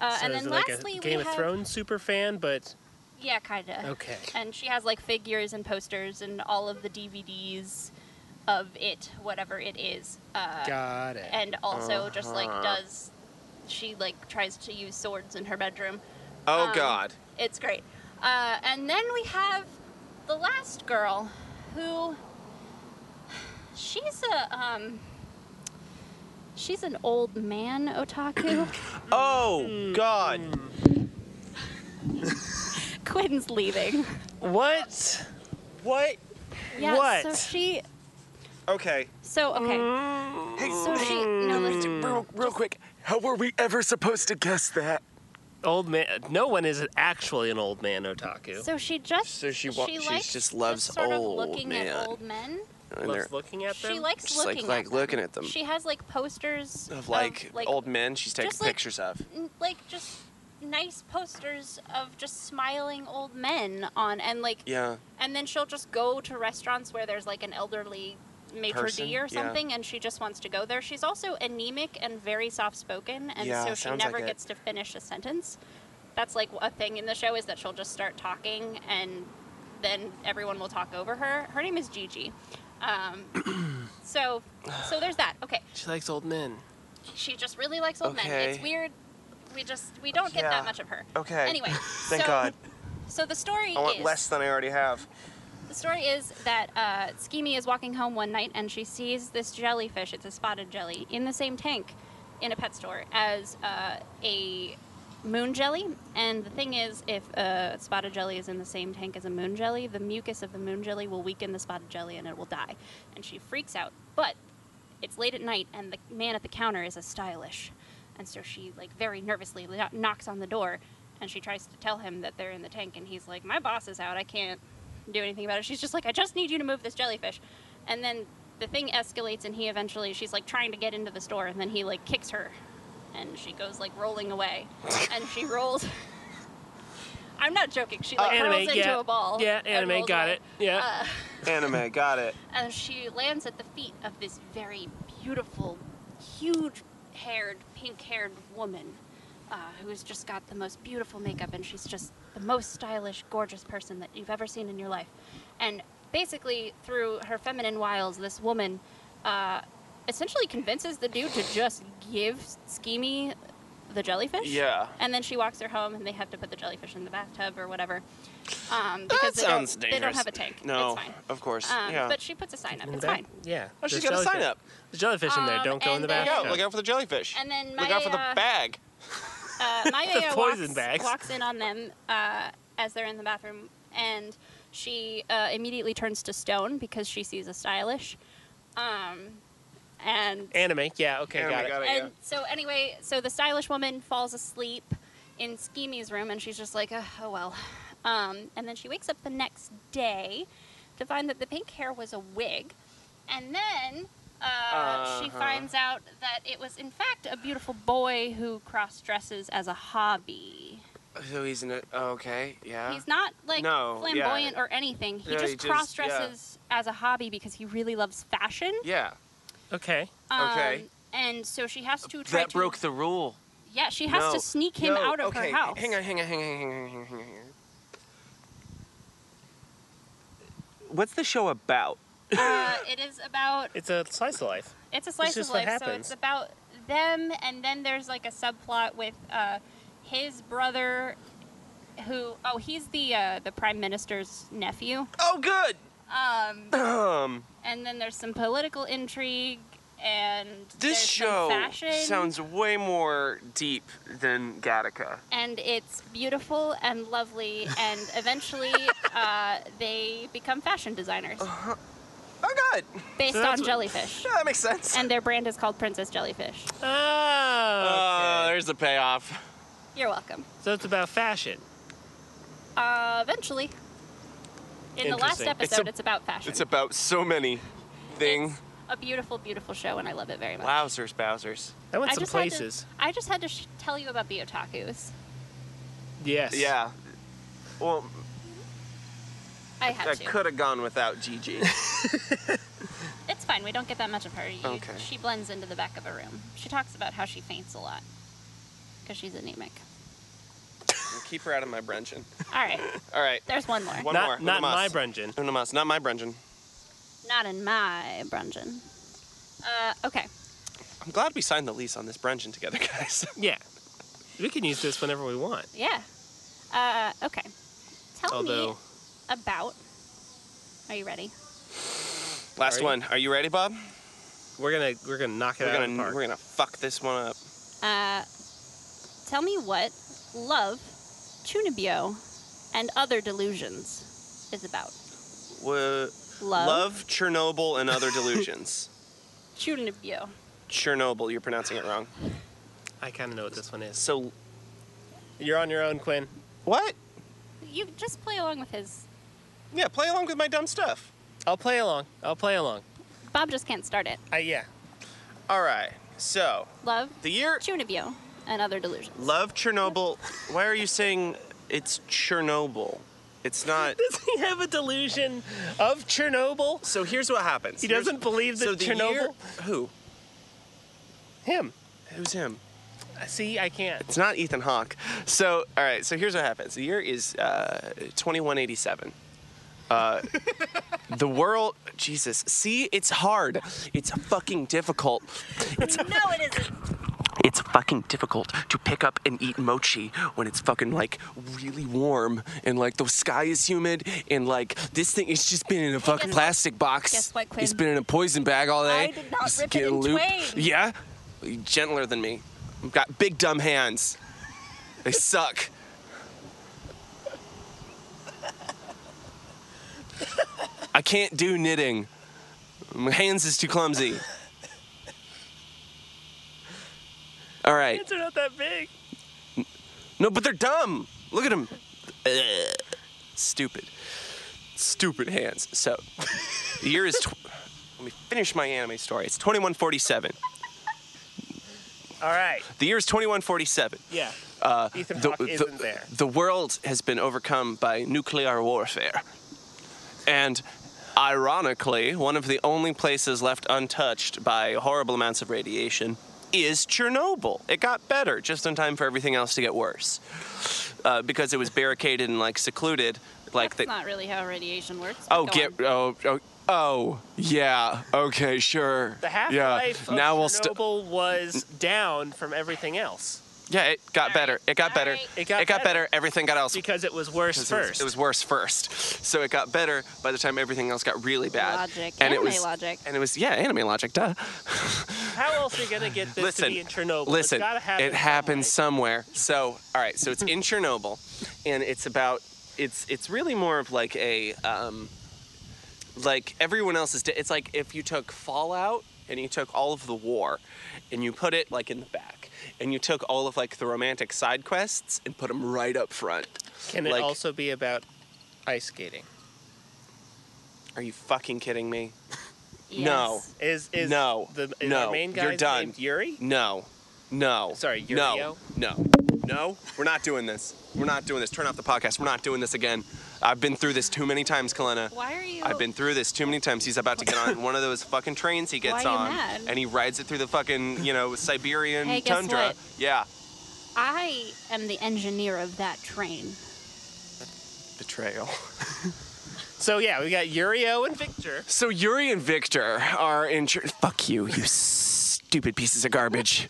Speaker 3: Uh,
Speaker 1: so
Speaker 3: and
Speaker 1: is
Speaker 3: then
Speaker 1: it like
Speaker 3: lastly,
Speaker 1: a Game
Speaker 3: we
Speaker 1: of
Speaker 3: have
Speaker 1: Thrones super fan, but
Speaker 3: yeah, kinda.
Speaker 1: Okay.
Speaker 3: And she has like figures and posters and all of the DVDs of it, whatever it is. Uh,
Speaker 1: got it.
Speaker 3: and also just like
Speaker 2: Uh-huh.
Speaker 3: does she like tries to use swords in her bedroom.
Speaker 5: Oh
Speaker 3: Um,
Speaker 5: God.
Speaker 3: It's great. Uh, and then we have the last girl who she's a um she's an old
Speaker 2: [COUGHS]
Speaker 3: man otaku.
Speaker 2: Oh, God.
Speaker 3: mm. Quinn's leaving.
Speaker 1: what?
Speaker 2: What?
Speaker 3: Yeah, so
Speaker 1: What?
Speaker 3: she
Speaker 2: Okay.
Speaker 3: so okay.
Speaker 5: Hey,
Speaker 3: So she no that's
Speaker 5: real, real quick. How were we ever supposed to guess that?
Speaker 1: Old man. No one is actually an old man otaku.
Speaker 3: So she just
Speaker 2: So she wa- she's
Speaker 3: likes
Speaker 2: just loves
Speaker 3: sort
Speaker 2: old
Speaker 3: of looking
Speaker 2: man.
Speaker 3: at old men.
Speaker 5: And they're
Speaker 1: Loves looking at them.
Speaker 3: She likes
Speaker 5: just like
Speaker 3: looking
Speaker 5: like
Speaker 3: at them.
Speaker 5: looking at them.
Speaker 3: She has like posters
Speaker 5: of like,
Speaker 3: like
Speaker 5: old men she's taking
Speaker 3: just like-
Speaker 5: pictures of.
Speaker 3: n- like just nice posters of just smiling old men on and like
Speaker 5: Yeah.
Speaker 3: and then she'll just go to restaurants where there's like an elderly maitre
Speaker 5: Person,
Speaker 3: d' or
Speaker 5: yeah.
Speaker 3: something and she just wants to go there she's also anemic and very soft-spoken and
Speaker 5: Yeah,
Speaker 3: so she
Speaker 5: sounds like
Speaker 3: never
Speaker 5: it.
Speaker 3: gets to finish a sentence that's like a thing in the show is that she'll just start talking and then everyone will talk over her her name is gigi um, [COUGHS] so so there's that okay
Speaker 1: She likes old men.
Speaker 3: she just really likes old men.
Speaker 5: Okay.
Speaker 3: It's weird. We just we don't get
Speaker 2: Yeah.
Speaker 3: that much of her.
Speaker 2: Okay.
Speaker 3: Anyway,
Speaker 2: [LAUGHS] Thank
Speaker 3: so,
Speaker 2: God.
Speaker 3: So the story
Speaker 2: I want
Speaker 3: is
Speaker 2: less than I already have.
Speaker 3: the story is that uh, Skimi is walking home one night and she sees this jellyfish. It's a spotted jelly in the same tank in a pet store as uh, a moon jelly. And the thing is, if a spotted jelly is in the same tank as a moon jelly, the mucus of the moon jelly will weaken the spotted jelly and it will die. And she freaks out. But it's late at night and the man at the counter is a stylish and so she like very nervously kno- knocks on the door and she tries to tell him that they're in the tank and he's like my boss is out i can't do anything about it she's just like i just need you to move this jellyfish and then the thing escalates and he eventually she's like trying to get into the store and then he like kicks her and she goes like rolling away and she rolls [LAUGHS] i'm not joking she like
Speaker 1: Uh, anime.
Speaker 3: Oh, curls into
Speaker 1: yeah.
Speaker 3: a ball
Speaker 1: Yeah.
Speaker 3: and
Speaker 1: Anime.
Speaker 3: rolls
Speaker 1: Got
Speaker 3: away.
Speaker 1: it. Yeah.
Speaker 3: Uh, [LAUGHS]
Speaker 2: Anime, got it.
Speaker 3: and she lands at the feet of this very beautiful, huge haired, pink haired woman uh, who's just got the most beautiful makeup, and she's just the most stylish, gorgeous person that you've ever seen in your life. And basically, through her feminine wiles, this woman uh, essentially convinces the dude to just give Schemy the jellyfish.
Speaker 2: Yeah.
Speaker 3: And then she walks her home, and they have to put the jellyfish in the bathtub or whatever. Um, because
Speaker 2: that
Speaker 3: they don't-
Speaker 2: sounds
Speaker 3: They don't
Speaker 2: dangerous.
Speaker 3: have a tank.
Speaker 2: No,
Speaker 3: it's fine.
Speaker 2: of course.
Speaker 3: Um,
Speaker 2: yeah.
Speaker 3: But she puts a sign up.
Speaker 1: In the
Speaker 3: It's
Speaker 1: bath-
Speaker 3: fine.
Speaker 1: Yeah.
Speaker 2: oh, she's
Speaker 1: There's
Speaker 2: got a sign
Speaker 1: jellyfish-
Speaker 2: up.
Speaker 1: There's jellyfish in there.
Speaker 3: Um,
Speaker 1: Don't go in the
Speaker 3: and then-
Speaker 2: Look
Speaker 1: bathtub.
Speaker 2: out! Look out for the jellyfish.
Speaker 3: And then
Speaker 2: look out for the
Speaker 3: Maya-
Speaker 2: bag. [LAUGHS]
Speaker 3: uh, Maya
Speaker 1: The poison
Speaker 3: walks,
Speaker 1: bags.
Speaker 3: walks in on them uh, as they're in the bathroom, and she uh, immediately turns to stone because she sees a stylish. Um, and
Speaker 1: Anime. Yeah. Okay.
Speaker 2: Anime,
Speaker 1: got it.
Speaker 2: got it.
Speaker 3: and so anyway, so the stylish woman falls asleep in Schemy's room, and she's just like, "Ugh, oh well. Um, and then she wakes up the next day to find that the pink hair was a wig, and then uh, she
Speaker 2: Uh-huh.
Speaker 3: finds out that it was in fact a beautiful boy who cross dresses as a hobby.
Speaker 2: So he's in a, oh, okay, yeah.
Speaker 3: He's not like
Speaker 2: No, yeah.
Speaker 3: flamboyant or anything. He
Speaker 2: No, he
Speaker 3: just
Speaker 2: just-
Speaker 3: cross dresses as a hobby because he really loves fashion.
Speaker 2: yeah.
Speaker 1: Okay.
Speaker 3: Um,
Speaker 2: Okay.
Speaker 3: And so she has to try
Speaker 2: That
Speaker 3: to-
Speaker 2: broke the rule.
Speaker 3: Yeah, she has
Speaker 2: No,
Speaker 3: to sneak him
Speaker 2: no,
Speaker 3: out of
Speaker 2: okay.
Speaker 3: her house.
Speaker 2: Hang on, hang on, hang on, hang on, hang on, hang on, hang on. What's the show about?
Speaker 3: [LAUGHS] uh, it is about
Speaker 1: It's a slice of life.
Speaker 3: it's a slice
Speaker 1: just
Speaker 3: of
Speaker 1: what
Speaker 3: life, so
Speaker 1: happens.
Speaker 3: it's about them, and then there's like a subplot with uh, his brother, who oh he's the uh, the prime minister's nephew,
Speaker 2: Oh, good. [CLEARS THROAT]
Speaker 3: um,
Speaker 2: Um,
Speaker 3: and then there's some political intrigue and
Speaker 2: this
Speaker 3: there's some
Speaker 2: show
Speaker 3: fashion,
Speaker 2: sounds way more deep than Gattaca.
Speaker 3: and it's beautiful and lovely, and eventually uh, they become fashion designers
Speaker 2: Oh, God.
Speaker 3: based
Speaker 1: So that's
Speaker 3: on
Speaker 1: what-
Speaker 3: jellyfish,
Speaker 2: Yeah, that makes sense.
Speaker 3: and their brand is called Princess Jellyfish.
Speaker 1: Oh.
Speaker 2: Uh,
Speaker 1: okay.
Speaker 2: there's the payoff.
Speaker 3: You're welcome.
Speaker 1: so it's about fashion.
Speaker 3: Uh, eventually. In the last
Speaker 1: Interesting.
Speaker 3: episode,
Speaker 2: It's
Speaker 3: it's,
Speaker 2: a-
Speaker 3: about fashion.
Speaker 2: It's about so many things.
Speaker 3: It's a beautiful, beautiful show, and I love it very much.
Speaker 2: Wowzers, Bowsers.
Speaker 1: I went
Speaker 3: I
Speaker 1: some
Speaker 3: just
Speaker 1: places.
Speaker 3: Had to, I just had to sh- tell you about the otakus.
Speaker 1: Yes.
Speaker 2: Yeah. Well,
Speaker 3: I had
Speaker 2: I
Speaker 3: to.
Speaker 2: could have gone without [LAUGHS] Gigi.
Speaker 3: It's fine. We don't get that much of her. You,
Speaker 2: Okay.
Speaker 3: She blends into the back of a room. She talks about how she faints a lot because she's anemic.
Speaker 2: Keep her out of my bruncheon.
Speaker 3: All right.
Speaker 2: [LAUGHS] All right.
Speaker 3: There's one more.
Speaker 2: One more.
Speaker 1: Not not
Speaker 2: Unamas.
Speaker 1: my brungeon.
Speaker 2: Unamas, not my bruncheon.
Speaker 3: Not in my brungeon. Uh, okay.
Speaker 2: I'm glad we signed the lease on this bruncheon together, [LAUGHS] guys.
Speaker 1: Yeah. We can use this whenever we want.
Speaker 3: Yeah. Uh, okay.
Speaker 2: Oh,
Speaker 3: Tell me
Speaker 1: Although
Speaker 3: about. Are you ready?
Speaker 2: Last
Speaker 1: Are you-
Speaker 2: one. Are you ready, Bob?
Speaker 1: we're gonna we're gonna knock it
Speaker 2: We're
Speaker 1: out
Speaker 2: gonna
Speaker 1: of the park.
Speaker 2: we're gonna fuck this one up.
Speaker 3: Uh, tell me what love, Tunibio, and other delusions is about.
Speaker 2: Wha-
Speaker 3: Love,
Speaker 2: Love, Chernobyl, and other [LAUGHS] delusions.
Speaker 3: Tunibio.
Speaker 2: Chernobyl. You're pronouncing it wrong.
Speaker 1: I kind of know what this one is.
Speaker 2: So
Speaker 1: You're on your own, Quinn.
Speaker 2: what?
Speaker 3: You just play along with his.
Speaker 2: Yeah, play along with my dumb stuff.
Speaker 1: I'll play along. I'll play along.
Speaker 3: Bob just can't start it.
Speaker 1: Uh, yeah. [LAUGHS]
Speaker 2: All right. So
Speaker 3: Love,
Speaker 2: the year
Speaker 3: Tunibio, and other delusions.
Speaker 2: Love Chernobyl. Why are you saying it's Chernobyl? It's not.
Speaker 1: Does he have a delusion of Chernobyl?
Speaker 2: So here's what happens.
Speaker 1: He
Speaker 2: Here's-
Speaker 1: doesn't believe that
Speaker 2: so the
Speaker 1: Chernobyl.
Speaker 2: year- who?
Speaker 1: Him.
Speaker 2: Who's him?
Speaker 1: Uh, See, I can't. [LAUGHS]
Speaker 2: It's not Ethan Hawke. So all right. So here's what happens. The year is uh, 2187. Uh, [LAUGHS] the world. Jesus. See, it's hard. It's fucking difficult. It's
Speaker 3: [LAUGHS] no, it isn't.
Speaker 2: it's fucking difficult to pick up and eat mochi when it's fucking like really warm and like the sky is humid and like this thing it's just been in a fucking
Speaker 3: guess what?
Speaker 2: plastic box.
Speaker 3: Guess what,
Speaker 2: It's
Speaker 3: Quinn?
Speaker 2: been in a poison bag all day.
Speaker 3: I did not
Speaker 2: Just
Speaker 3: rip it
Speaker 2: get a
Speaker 3: in
Speaker 2: loop.
Speaker 3: twain.
Speaker 2: Yeah, You're gentler than me. I've got big dumb hands. They suck. I can't do knitting. My hands is too
Speaker 3: [LAUGHS]
Speaker 2: clumsy. All right.
Speaker 1: It's not that big.
Speaker 2: No, but they're dumb. Look at them. Stupid. Stupid hands. So, the year is. Tw- Let me finish my anime story. It's 2147.
Speaker 1: All right.
Speaker 2: The year is 2147.
Speaker 1: Yeah.
Speaker 2: Uh,
Speaker 1: Ethan
Speaker 2: the,
Speaker 1: Hawke
Speaker 2: the-
Speaker 1: isn't there.
Speaker 2: the world has been overcome by nuclear warfare. And ironically, one of the only places left untouched by horrible amounts of radiation is Chernobyl. It got better just in time for everything else to get worse uh, because it was barricaded and like secluded. Like the,
Speaker 3: That's not really how radiation works. but
Speaker 2: oh
Speaker 3: go
Speaker 2: get
Speaker 3: on.
Speaker 2: oh, oh oh yeah okay sure
Speaker 1: The half life
Speaker 2: yeah
Speaker 1: of
Speaker 2: now we'll st-
Speaker 1: Chernobyl was down from everything else
Speaker 2: yeah it got
Speaker 3: All
Speaker 2: better
Speaker 3: right.
Speaker 2: it got
Speaker 3: All
Speaker 2: better
Speaker 3: right.
Speaker 1: It got
Speaker 2: better.
Speaker 1: better.
Speaker 2: everything got else
Speaker 1: because it was worse
Speaker 2: 'cause It
Speaker 1: first.
Speaker 2: was, it was worse first, so it got better by the time everything else got really bad.
Speaker 3: Logic.
Speaker 2: and it
Speaker 3: Anime
Speaker 2: was,
Speaker 3: logic.
Speaker 2: and it was yeah, anime logic, duh.
Speaker 1: How else are you gonna get this to
Speaker 2: listen,
Speaker 1: be in Chernobyl? It's
Speaker 2: listen,
Speaker 1: gotta happen
Speaker 2: it happens
Speaker 1: some
Speaker 2: somewhere. So all right, so it's in Chernobyl, and it's about it's it's really more of like a um, like everyone else is. De- it's like if you took Fallout and you took all of the war, and you put it like in the back, and you took all of like the romantic side quests and put them right up front.
Speaker 1: way. Can it
Speaker 2: like-
Speaker 1: also be about ice skating?
Speaker 2: Are you fucking kidding me?
Speaker 3: Yes.
Speaker 2: no.
Speaker 1: Is is
Speaker 2: No,
Speaker 1: the is
Speaker 2: no,
Speaker 1: our main
Speaker 2: you're
Speaker 1: guy
Speaker 2: done.
Speaker 1: named Yuri?
Speaker 2: No. No.
Speaker 1: Sorry,
Speaker 2: No.
Speaker 1: Uriel?
Speaker 2: No. No. We're not doing this. We're not doing this. Turn off the podcast. We're not doing this again. I've been through this too many times, Kalena.
Speaker 3: Why are you?
Speaker 2: I've been through this too many times. He's about to get on one of those fucking trains he gets
Speaker 3: Why are you
Speaker 2: on,
Speaker 3: mad?
Speaker 2: and he rides it through the fucking you know Siberian
Speaker 3: Hey, guess
Speaker 2: tundra.
Speaker 3: what?
Speaker 2: Yeah.
Speaker 3: I am the engineer of that train.
Speaker 2: Betrayal.
Speaker 1: So yeah, we got Yurio and Victor.
Speaker 2: So Yuri and Victor are in. Cher- Fuck you, you stupid pieces of garbage.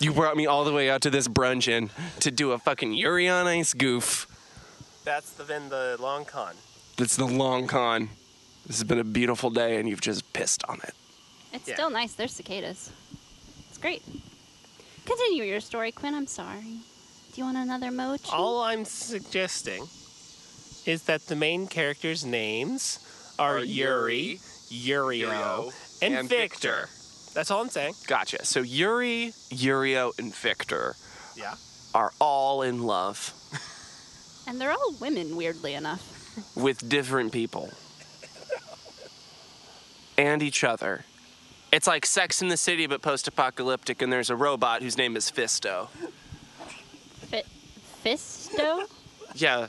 Speaker 2: you brought me all the way out to this brungeon to do a fucking Yuri on ice goof.
Speaker 1: That's the then the long con.
Speaker 2: It's the long con. This has been a beautiful day, and you've just pissed on it.
Speaker 3: It's
Speaker 1: Yeah.
Speaker 3: still nice. There's cicadas. It's great. Continue your story, Quinn. I'm sorry. Do you want another mochi?
Speaker 1: All I'm suggesting is that the main characters' names are,
Speaker 2: Are
Speaker 1: Yuri, Yurio,
Speaker 2: Yurio,
Speaker 1: and,
Speaker 2: and Victor.
Speaker 1: Victor. That's all I'm saying.
Speaker 2: Gotcha. So Yuri, Yurio, and Victor
Speaker 1: [LAUGHS] Yeah.
Speaker 2: are all in love
Speaker 3: And they're all women, weirdly enough.
Speaker 2: with different people and each other. It's like Sex in the City, but post-apocalyptic, and there's a robot whose name is Fisto.
Speaker 3: Fi Fisto?
Speaker 2: Yeah,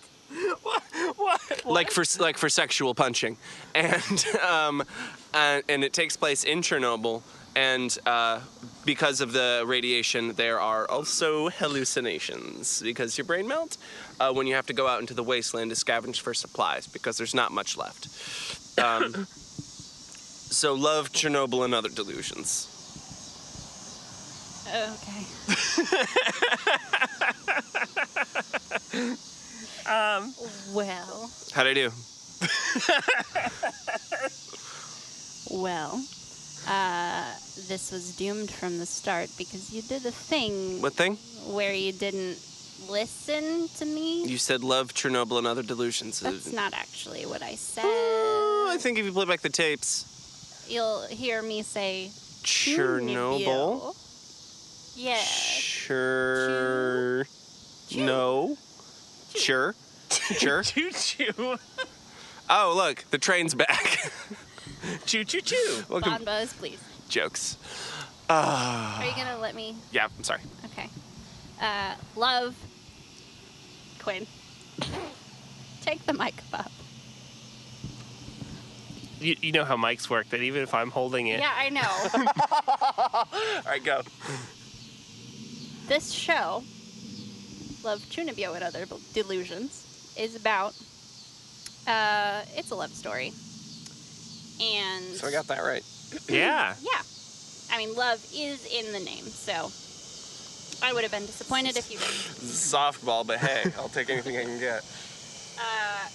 Speaker 2: like for like for sexual punching, [LAUGHS] and um, uh, and it takes place in Chernobyl, and uh, because of the radiation, there are also hallucinations because your brain melts uh, when you have to go out into the wasteland to scavenge for supplies because there's not much left. Um, so love Chernobyl and other delusions. [LAUGHS]
Speaker 3: Okay. um. Well.
Speaker 2: How'd I do?
Speaker 3: Well. Uh, this was doomed from the start because you did a thing
Speaker 2: What thing?
Speaker 3: where you didn't listen to me.
Speaker 2: You said love Chernobyl and other delusions.
Speaker 3: That's not actually what
Speaker 2: Uh,
Speaker 3: I
Speaker 2: I
Speaker 3: said.
Speaker 2: think if you play back the tapes.
Speaker 3: You'll hear me say
Speaker 2: Chernobyl.
Speaker 3: Chernobyl. Yeah.
Speaker 2: Sure. No. Sure. Sure.
Speaker 1: Choo choo.
Speaker 2: [LAUGHS] Oh, look, the train's back. [LAUGHS]
Speaker 1: Choo choo choo.
Speaker 2: Welcome.
Speaker 3: Bonbos, please.
Speaker 2: Jokes. Uh,
Speaker 3: Are you gonna let me?
Speaker 2: Yeah, I'm sorry.
Speaker 3: Okay. Uh, love. Quinn. Take the mic up.
Speaker 1: You, you know how mics work, that even if I'm holding it,
Speaker 3: Yeah, I know.
Speaker 2: All right, go.
Speaker 3: this show, Love Chunibyo and Other Bel- Delusions, is about. Uh, it's a love story. And.
Speaker 2: So I got that right.
Speaker 1: yeah.
Speaker 3: Yeah. I mean, love is in the name, so I would have been disappointed if you didn't.
Speaker 2: Softball, but hey, I'll take anything I can get.
Speaker 3: Uh,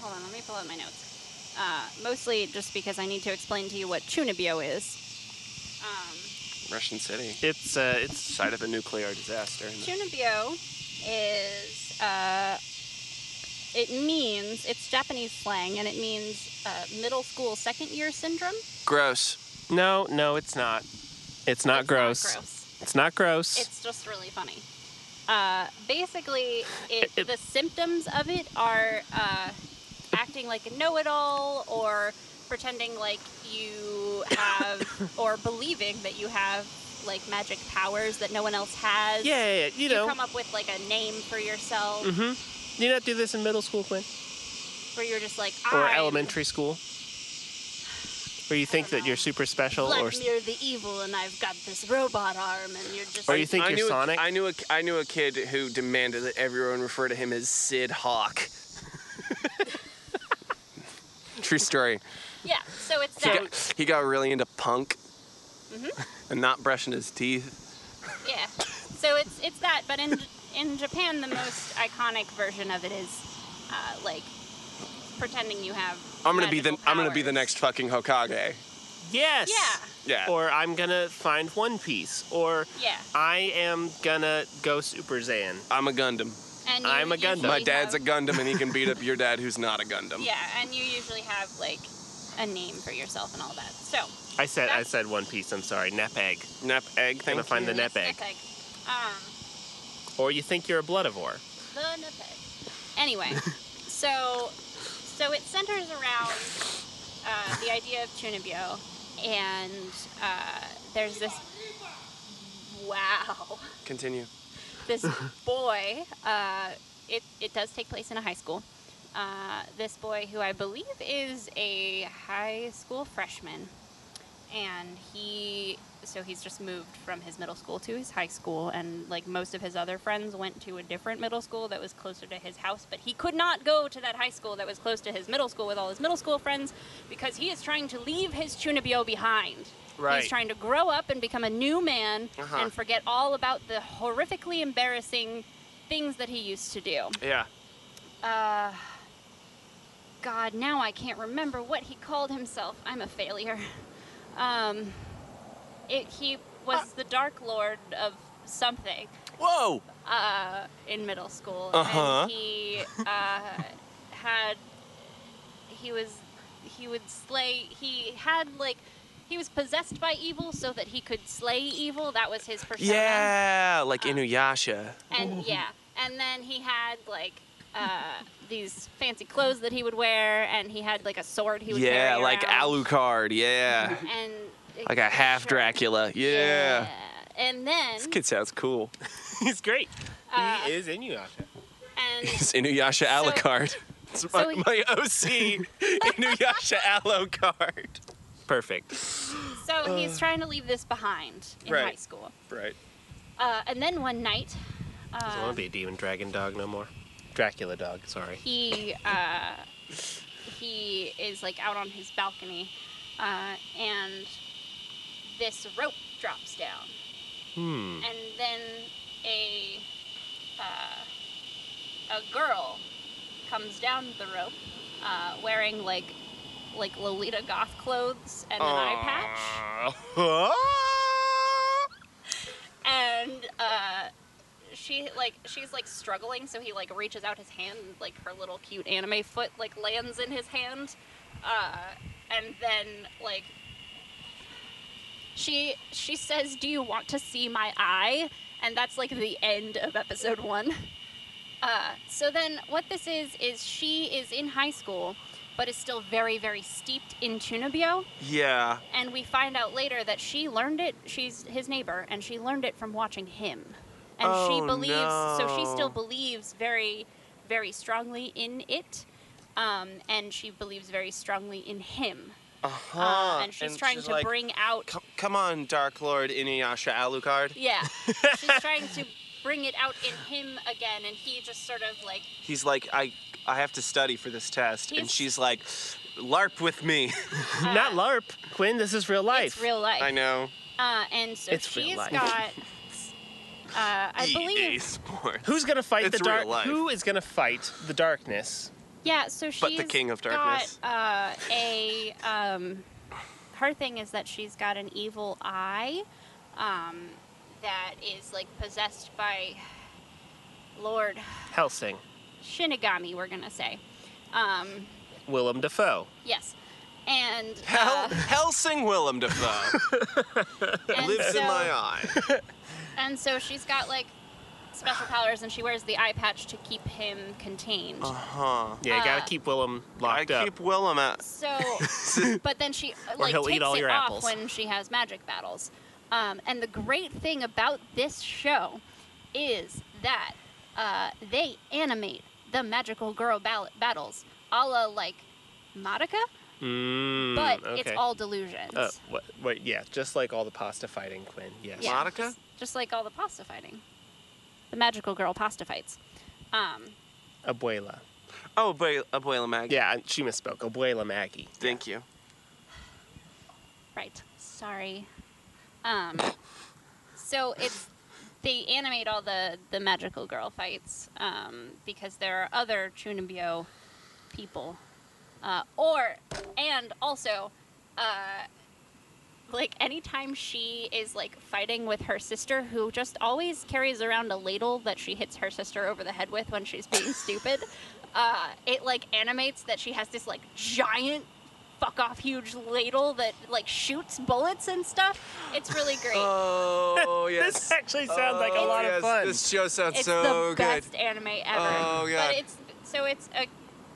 Speaker 3: hold on, let me pull out my notes. Uh, mostly just because I need to explain to you what Chunibyo is. Um,
Speaker 2: Russian city.
Speaker 1: It's uh, it's
Speaker 2: Side of a nuclear disaster.
Speaker 3: Chunibyo is, uh, it means, it's Japanese slang, and it means uh, middle school second year syndrome.
Speaker 2: Gross.
Speaker 1: no, no, it's not. It's not gross.
Speaker 3: Gross.
Speaker 1: It's not gross.
Speaker 3: It's just really funny. Uh, basically, it,
Speaker 1: [LAUGHS] It-
Speaker 3: the symptoms of it are uh, acting like a know-it-all or pretending like you
Speaker 1: [LAUGHS]
Speaker 3: have or believing that you have like magic powers that no one else has.
Speaker 1: yeah, yeah, yeah, you know.
Speaker 3: come up with like a name for yourself,
Speaker 1: mm-hmm. You not do this in middle school, Quinn,
Speaker 3: where you're just like,
Speaker 1: or
Speaker 3: "I'm
Speaker 1: elementary school. Where you think that you're super special,
Speaker 6: Black
Speaker 1: or
Speaker 6: Mirror the evil, and I've got this robot arm, and you're just.
Speaker 1: or you think
Speaker 5: I
Speaker 1: you're
Speaker 5: knew
Speaker 1: Sonic?
Speaker 5: A, I knew a, I knew a kid who demanded that everyone refer to him as Sid Hawk. True story.
Speaker 3: Yeah, so it's
Speaker 5: He
Speaker 3: that.
Speaker 5: got, he got really into punk
Speaker 3: Mm-hmm.
Speaker 5: and not brushing his teeth.
Speaker 3: Yeah. So it's it's that, but in in Japan, the most iconic version of it is uh, like pretending you have.
Speaker 5: I'm gonna be the
Speaker 3: magical
Speaker 5: I'm gonna be the
Speaker 3: powers.
Speaker 5: next fucking Hokage.
Speaker 1: yes.
Speaker 3: Yeah.
Speaker 5: Yeah.
Speaker 1: Or I'm gonna find One Piece. Or
Speaker 3: Yeah.
Speaker 1: I am gonna go Super Saiyan.
Speaker 5: I'm a Gundam.
Speaker 3: And you
Speaker 1: I'm a Gundam.
Speaker 3: usually
Speaker 5: My dad's a
Speaker 3: have,
Speaker 5: Gundam and he can
Speaker 3: [LAUGHS]
Speaker 5: beat up your dad who's not a Gundam.
Speaker 3: Yeah, and you usually have like a name for yourself and all that. So
Speaker 1: I said I
Speaker 3: That's-
Speaker 1: said One Piece. I'm sorry. Nep egg.
Speaker 5: Nap egg
Speaker 1: Gonna
Speaker 5: thing.
Speaker 1: find the
Speaker 3: yes,
Speaker 1: nep egg.
Speaker 3: Nepeg. Um,
Speaker 1: Or you think you're a bloodivore.
Speaker 3: the Nepeg. Anyway, so so it centers around uh, the idea of Chunibyo, and uh, there's this. Wow.
Speaker 5: Continue.
Speaker 3: this boy, uh, it, it does take place in a high school. Uh, this boy, who I believe is a high school freshman, and he, so he's just moved from his middle school to his high school, and like most of his other friends went to a different middle school that was closer to his house, but he could not go to that high school that was close to his middle school with all his middle school friends because he is trying to leave his Chunibyo behind.
Speaker 1: Right.
Speaker 3: He's trying to grow up and become a new man
Speaker 2: Uh-huh.
Speaker 3: and forget all about the horrifically embarrassing things that he used to do.
Speaker 2: Yeah.
Speaker 3: Uh, God, now I can't remember what he called himself. I'm a failure. Um, it, he was the Dark Lord of something
Speaker 2: Whoa.
Speaker 3: uh, in middle school,
Speaker 5: Uh-huh.
Speaker 3: and he uh, had he was he would slay. He had like he was possessed by evil, so that he could slay evil. That was his persona.
Speaker 2: Yeah, like Inuyasha.
Speaker 3: And yeah, and then he had like uh, these fancy clothes that he would wear, and he had like a sword he would
Speaker 2: Yeah,
Speaker 3: carry
Speaker 2: like
Speaker 3: around,
Speaker 2: Alucard.
Speaker 3: [LAUGHS]
Speaker 2: Yeah.
Speaker 3: and
Speaker 2: Like a half Dracula. Yeah.
Speaker 3: And then
Speaker 2: This kid sounds
Speaker 3: [LAUGHS]
Speaker 2: cool.
Speaker 1: [LAUGHS] He's great.
Speaker 3: Uh,
Speaker 1: he is Inuyasha.
Speaker 3: and
Speaker 2: It's Inuyasha
Speaker 3: [LAUGHS]
Speaker 2: Alucard. It's my,
Speaker 3: so he-
Speaker 2: my
Speaker 3: [LAUGHS]
Speaker 2: OC, Inuyasha Alucard.
Speaker 1: Perfect.
Speaker 2: [LAUGHS]
Speaker 3: so he's trying to leave this behind in
Speaker 5: Right.
Speaker 3: high school.
Speaker 5: Right.
Speaker 3: Uh, and then one night,
Speaker 1: Doesn't
Speaker 3: uh,
Speaker 1: want to be a demon dragon dog no more. Dracula dog. Sorry.
Speaker 3: he uh, he is like out on his balcony, uh, and this rope drops down, [LAUGHS]
Speaker 1: Hmm.
Speaker 3: and then a uh, a girl comes down the rope, uh, wearing like like Lolita goth clothes and an eye patch. and uh, she like she's like struggling, so he like reaches out his hand, and, like her little cute anime foot like lands in his hand, uh, and then like she she says, "Do you want to see my eye?" And that's like the end of episode one. Uh, so then, what this is is she is in high school, but is still very very steeped in Chunibyo
Speaker 2: Yeah.
Speaker 3: and we find out later that she learned it she's his neighbor and she learned it from watching him and she
Speaker 2: Oh,
Speaker 3: believes so she
Speaker 2: no.
Speaker 3: still believes very very strongly in it um, and she believes very strongly in him
Speaker 2: Uh-huh.
Speaker 3: Uh, and she's trying to
Speaker 2: like,
Speaker 3: bring out
Speaker 2: "Co- Come on, Dark Lord Inuyasha Alucard.
Speaker 3: yeah she's trying to bring it out in him again and he just sort of like
Speaker 2: He's like, I, I have to study for this test, and
Speaker 3: He's-
Speaker 2: she's like, LARP with me.
Speaker 1: Not LARP, Quinn. This is real life.
Speaker 3: it's
Speaker 2: [LAUGHS]
Speaker 3: real life
Speaker 5: I know.
Speaker 3: Uh, and so
Speaker 1: It's real
Speaker 3: she's
Speaker 1: life.
Speaker 3: got uh, i
Speaker 2: EA
Speaker 3: believe [LAUGHS]
Speaker 2: Sports.
Speaker 1: Who's gonna fight
Speaker 2: It's
Speaker 1: the dark?
Speaker 2: real life.
Speaker 1: Who is gonna fight the darkness?
Speaker 3: Yeah, so she's
Speaker 2: But the King of Darkness.
Speaker 3: got uh, a um, her thing is that she's got an evil eye um, that is like possessed by Lord
Speaker 1: Helsing,
Speaker 3: Shinigami. We're gonna say, um,
Speaker 1: Willem Dafoe.
Speaker 3: yes, and
Speaker 2: Hel-
Speaker 3: uh,
Speaker 2: Helsing Willem Dafoe
Speaker 3: and
Speaker 2: lives
Speaker 3: so,
Speaker 2: in my eye.
Speaker 3: and so she's got like special powers, and she wears the eye patch to keep him contained.
Speaker 2: Uh huh.
Speaker 1: Yeah, you gotta
Speaker 3: Uh,
Speaker 1: keep Willem
Speaker 2: I
Speaker 1: locked up.
Speaker 2: keep Willem at.
Speaker 1: [LAUGHS]
Speaker 3: So, but then she uh, like
Speaker 1: he'll eat
Speaker 3: takes
Speaker 1: all
Speaker 3: it
Speaker 1: your
Speaker 3: off
Speaker 1: apples.
Speaker 3: when she has magic battles. Um, and the great thing about this show is that uh, they animate the magical girl ball- battles, a la like Madoka.
Speaker 1: Mm,
Speaker 3: but it's
Speaker 1: okay.
Speaker 3: all delusions.
Speaker 1: Uh, what, what, yeah, just like all the pasta fighting, Quinn. Yes.
Speaker 3: Yeah,
Speaker 7: Monica?
Speaker 3: Just, just like all the pasta fighting. The magical girl pasta fights. Um,
Speaker 1: Abuela.
Speaker 7: Oh, Abue-
Speaker 2: uh,
Speaker 7: Abuela Maggie.
Speaker 1: Yeah, she misspoke. Abuela Maggie.
Speaker 7: Thank you.
Speaker 3: right. Sorry. Um, so it's they animate all the the magical girl fights um, because there are other Chunibyo people, uh, or and also. Uh, like anytime she is like fighting with her sister who just always carries around a ladle that she hits her sister over the head with when she's being stupid uh, it like animates that she has this like giant fuck off huge ladle that like shoots bullets and stuff it's really great
Speaker 7: Oh, yes.
Speaker 1: [LAUGHS] This actually sounds like a
Speaker 7: Oh,
Speaker 1: lot
Speaker 7: yes.
Speaker 1: of fun.
Speaker 7: This show sounds
Speaker 3: it's
Speaker 7: so
Speaker 3: the
Speaker 7: good.
Speaker 3: best anime ever
Speaker 7: Oh, God.
Speaker 3: but it's so it's a,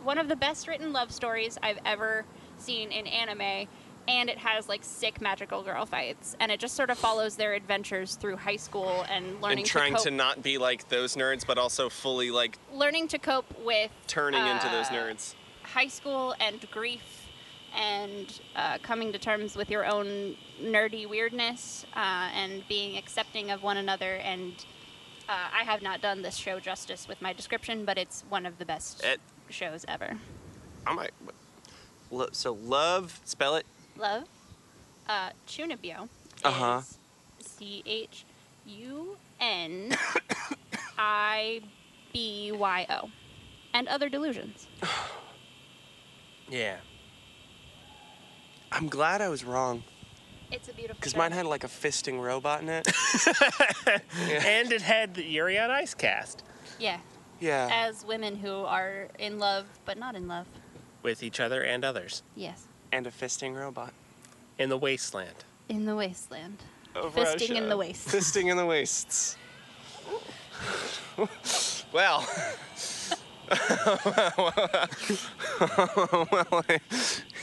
Speaker 3: one of the best written love stories i've ever seen in anime and it has like sick magical girl fights and it just sort of follows their adventures through high school and learning
Speaker 2: and trying
Speaker 3: to, cope,
Speaker 2: to not be like those nerds, but also fully like
Speaker 3: learning to cope with
Speaker 2: turning into those
Speaker 3: uh,
Speaker 2: nerds.
Speaker 3: high school and grief and uh, coming to terms with your own nerdy weirdness uh, and being accepting of one another and uh, i have not done this show justice with my description but it's one of the best
Speaker 7: It-
Speaker 3: shows ever
Speaker 7: I might. Lo- so love, spell it.
Speaker 3: love uh, chunibyo
Speaker 7: Uh-huh.
Speaker 3: is c-h-u-n-i-b-y-o and other delusions
Speaker 7: Yeah. I'm glad I was wrong
Speaker 3: it's a beautiful
Speaker 7: because
Speaker 3: show.
Speaker 7: mine had like a fisting robot in it. yeah.
Speaker 1: And it had the Yuri on Ice cast
Speaker 3: yeah
Speaker 7: yeah.
Speaker 3: as women who are in love but not in love.
Speaker 1: with each other and others
Speaker 3: Yes,
Speaker 7: And a fisting robot.
Speaker 1: in the wasteland.
Speaker 3: in the wasteland.
Speaker 7: Of
Speaker 3: Fisting in
Speaker 7: Russia.
Speaker 3: the waste.
Speaker 2: Fisting in the wastes. well. [LAUGHS]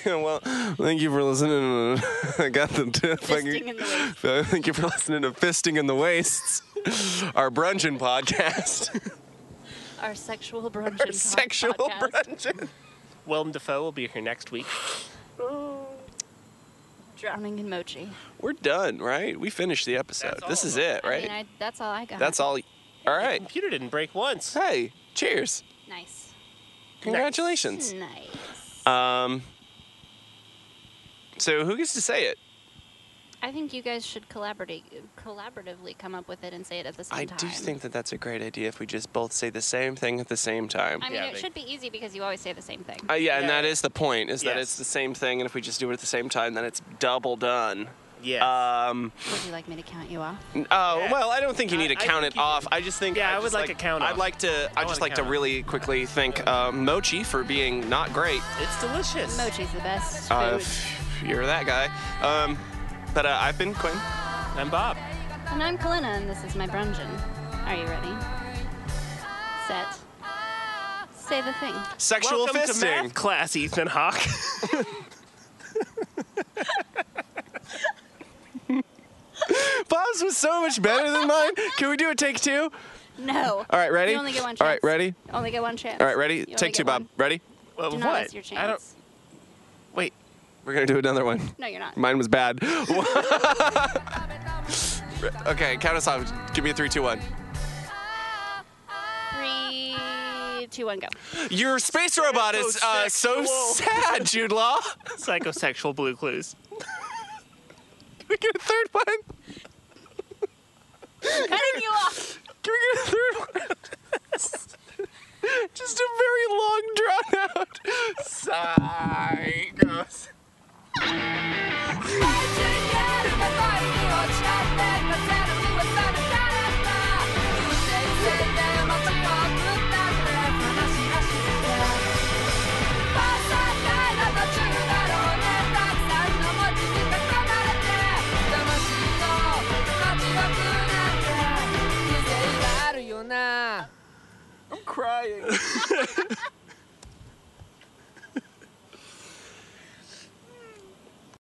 Speaker 2: well, thank you for listening. [LAUGHS] I got the tip.
Speaker 3: [LAUGHS] Fisting in the
Speaker 2: [LAUGHS]
Speaker 3: waste.
Speaker 2: Thank you for listening to Fisting in the Wastes, our bruncheon podcast.
Speaker 3: Our sexual
Speaker 2: [LAUGHS]
Speaker 3: bruncheon.
Speaker 2: Sexual bruncheon.
Speaker 1: Willem Dafoe will be here next week.
Speaker 3: Drowning in mochi.
Speaker 2: We're done, right? We finished the episode.
Speaker 1: That's all
Speaker 2: This
Speaker 1: of
Speaker 2: is
Speaker 1: them.
Speaker 2: it,
Speaker 3: I mean,
Speaker 2: right?
Speaker 3: I, that's all I got.
Speaker 2: That's all. All right.
Speaker 1: Computer didn't break once.
Speaker 2: Hey, cheers.
Speaker 3: Nice.
Speaker 2: Congratulations.
Speaker 3: Nice.
Speaker 2: Um. So who gets to say it?
Speaker 3: I think you guys should collaborate, collaboratively come up with it and say it at the same
Speaker 7: I
Speaker 3: time.
Speaker 7: do think that that's a great idea if we just both say the same thing at the same time.
Speaker 3: I mean,
Speaker 1: Yeah,
Speaker 3: it
Speaker 1: they-
Speaker 3: should be easy because you always say the same thing.
Speaker 2: Uh, yeah, and
Speaker 1: Yeah.
Speaker 2: that is the point. Is that
Speaker 1: Yes.
Speaker 2: it's the same thing, and if we just do it at the same time, then it's double done.
Speaker 1: Yes.
Speaker 2: Um.
Speaker 3: Would you like me to count you off?
Speaker 2: Oh
Speaker 1: Yeah.
Speaker 2: well, I don't think you
Speaker 1: I-
Speaker 2: need to
Speaker 1: I
Speaker 2: count
Speaker 1: think
Speaker 2: it
Speaker 1: you
Speaker 2: off. I just think.
Speaker 1: Yeah, I
Speaker 2: just
Speaker 1: would like a count
Speaker 2: I'd
Speaker 1: off.
Speaker 2: like to.
Speaker 1: I
Speaker 2: I'd just
Speaker 1: wanna
Speaker 2: like to
Speaker 1: count.
Speaker 2: really quickly thank uh, Mochi for being not great.
Speaker 1: it's delicious.
Speaker 3: Mochi's the best
Speaker 2: Uh,
Speaker 3: food.
Speaker 2: if you're that guy. Um. But uh, I've been Quinn.
Speaker 1: I'm Bob.
Speaker 3: And I'm Kalina, and this is my brungeon. Are you ready? Set. Say the thing.
Speaker 2: Sexual
Speaker 1: Welcome
Speaker 2: fisting.
Speaker 1: to
Speaker 2: [LAUGHS]
Speaker 1: math class, Ethan Hawke. [LAUGHS]
Speaker 2: Bob's was so much better than mine. Can we do a take two?
Speaker 3: No.
Speaker 2: All right, ready?
Speaker 3: You only get one chance.
Speaker 2: All right, ready?
Speaker 3: Only get one chance.
Speaker 2: All right, ready?
Speaker 3: You only
Speaker 2: take
Speaker 3: get
Speaker 2: two, Bob.
Speaker 3: one.
Speaker 2: Ready?
Speaker 1: Well,
Speaker 3: Do
Speaker 1: what?
Speaker 3: not miss your chance.
Speaker 1: I don't. Wait. [LAUGHS]
Speaker 2: We're gonna do another one.
Speaker 3: No, you're not.
Speaker 2: Mine was bad. [LAUGHS] okay, count us off. Give me a three, two, one.
Speaker 3: Three, two, one, go.
Speaker 2: Your space robot is uh, so
Speaker 1: Psychosexual.
Speaker 2: sad, Jude Law.
Speaker 1: Psychosexual blue clues.
Speaker 2: Can we get a third one?
Speaker 3: Cutting you off.
Speaker 2: Can we get a third one? Just a very long, drawn out. Psychos.
Speaker 8: 「なるよな」
Speaker 2: I'm crying.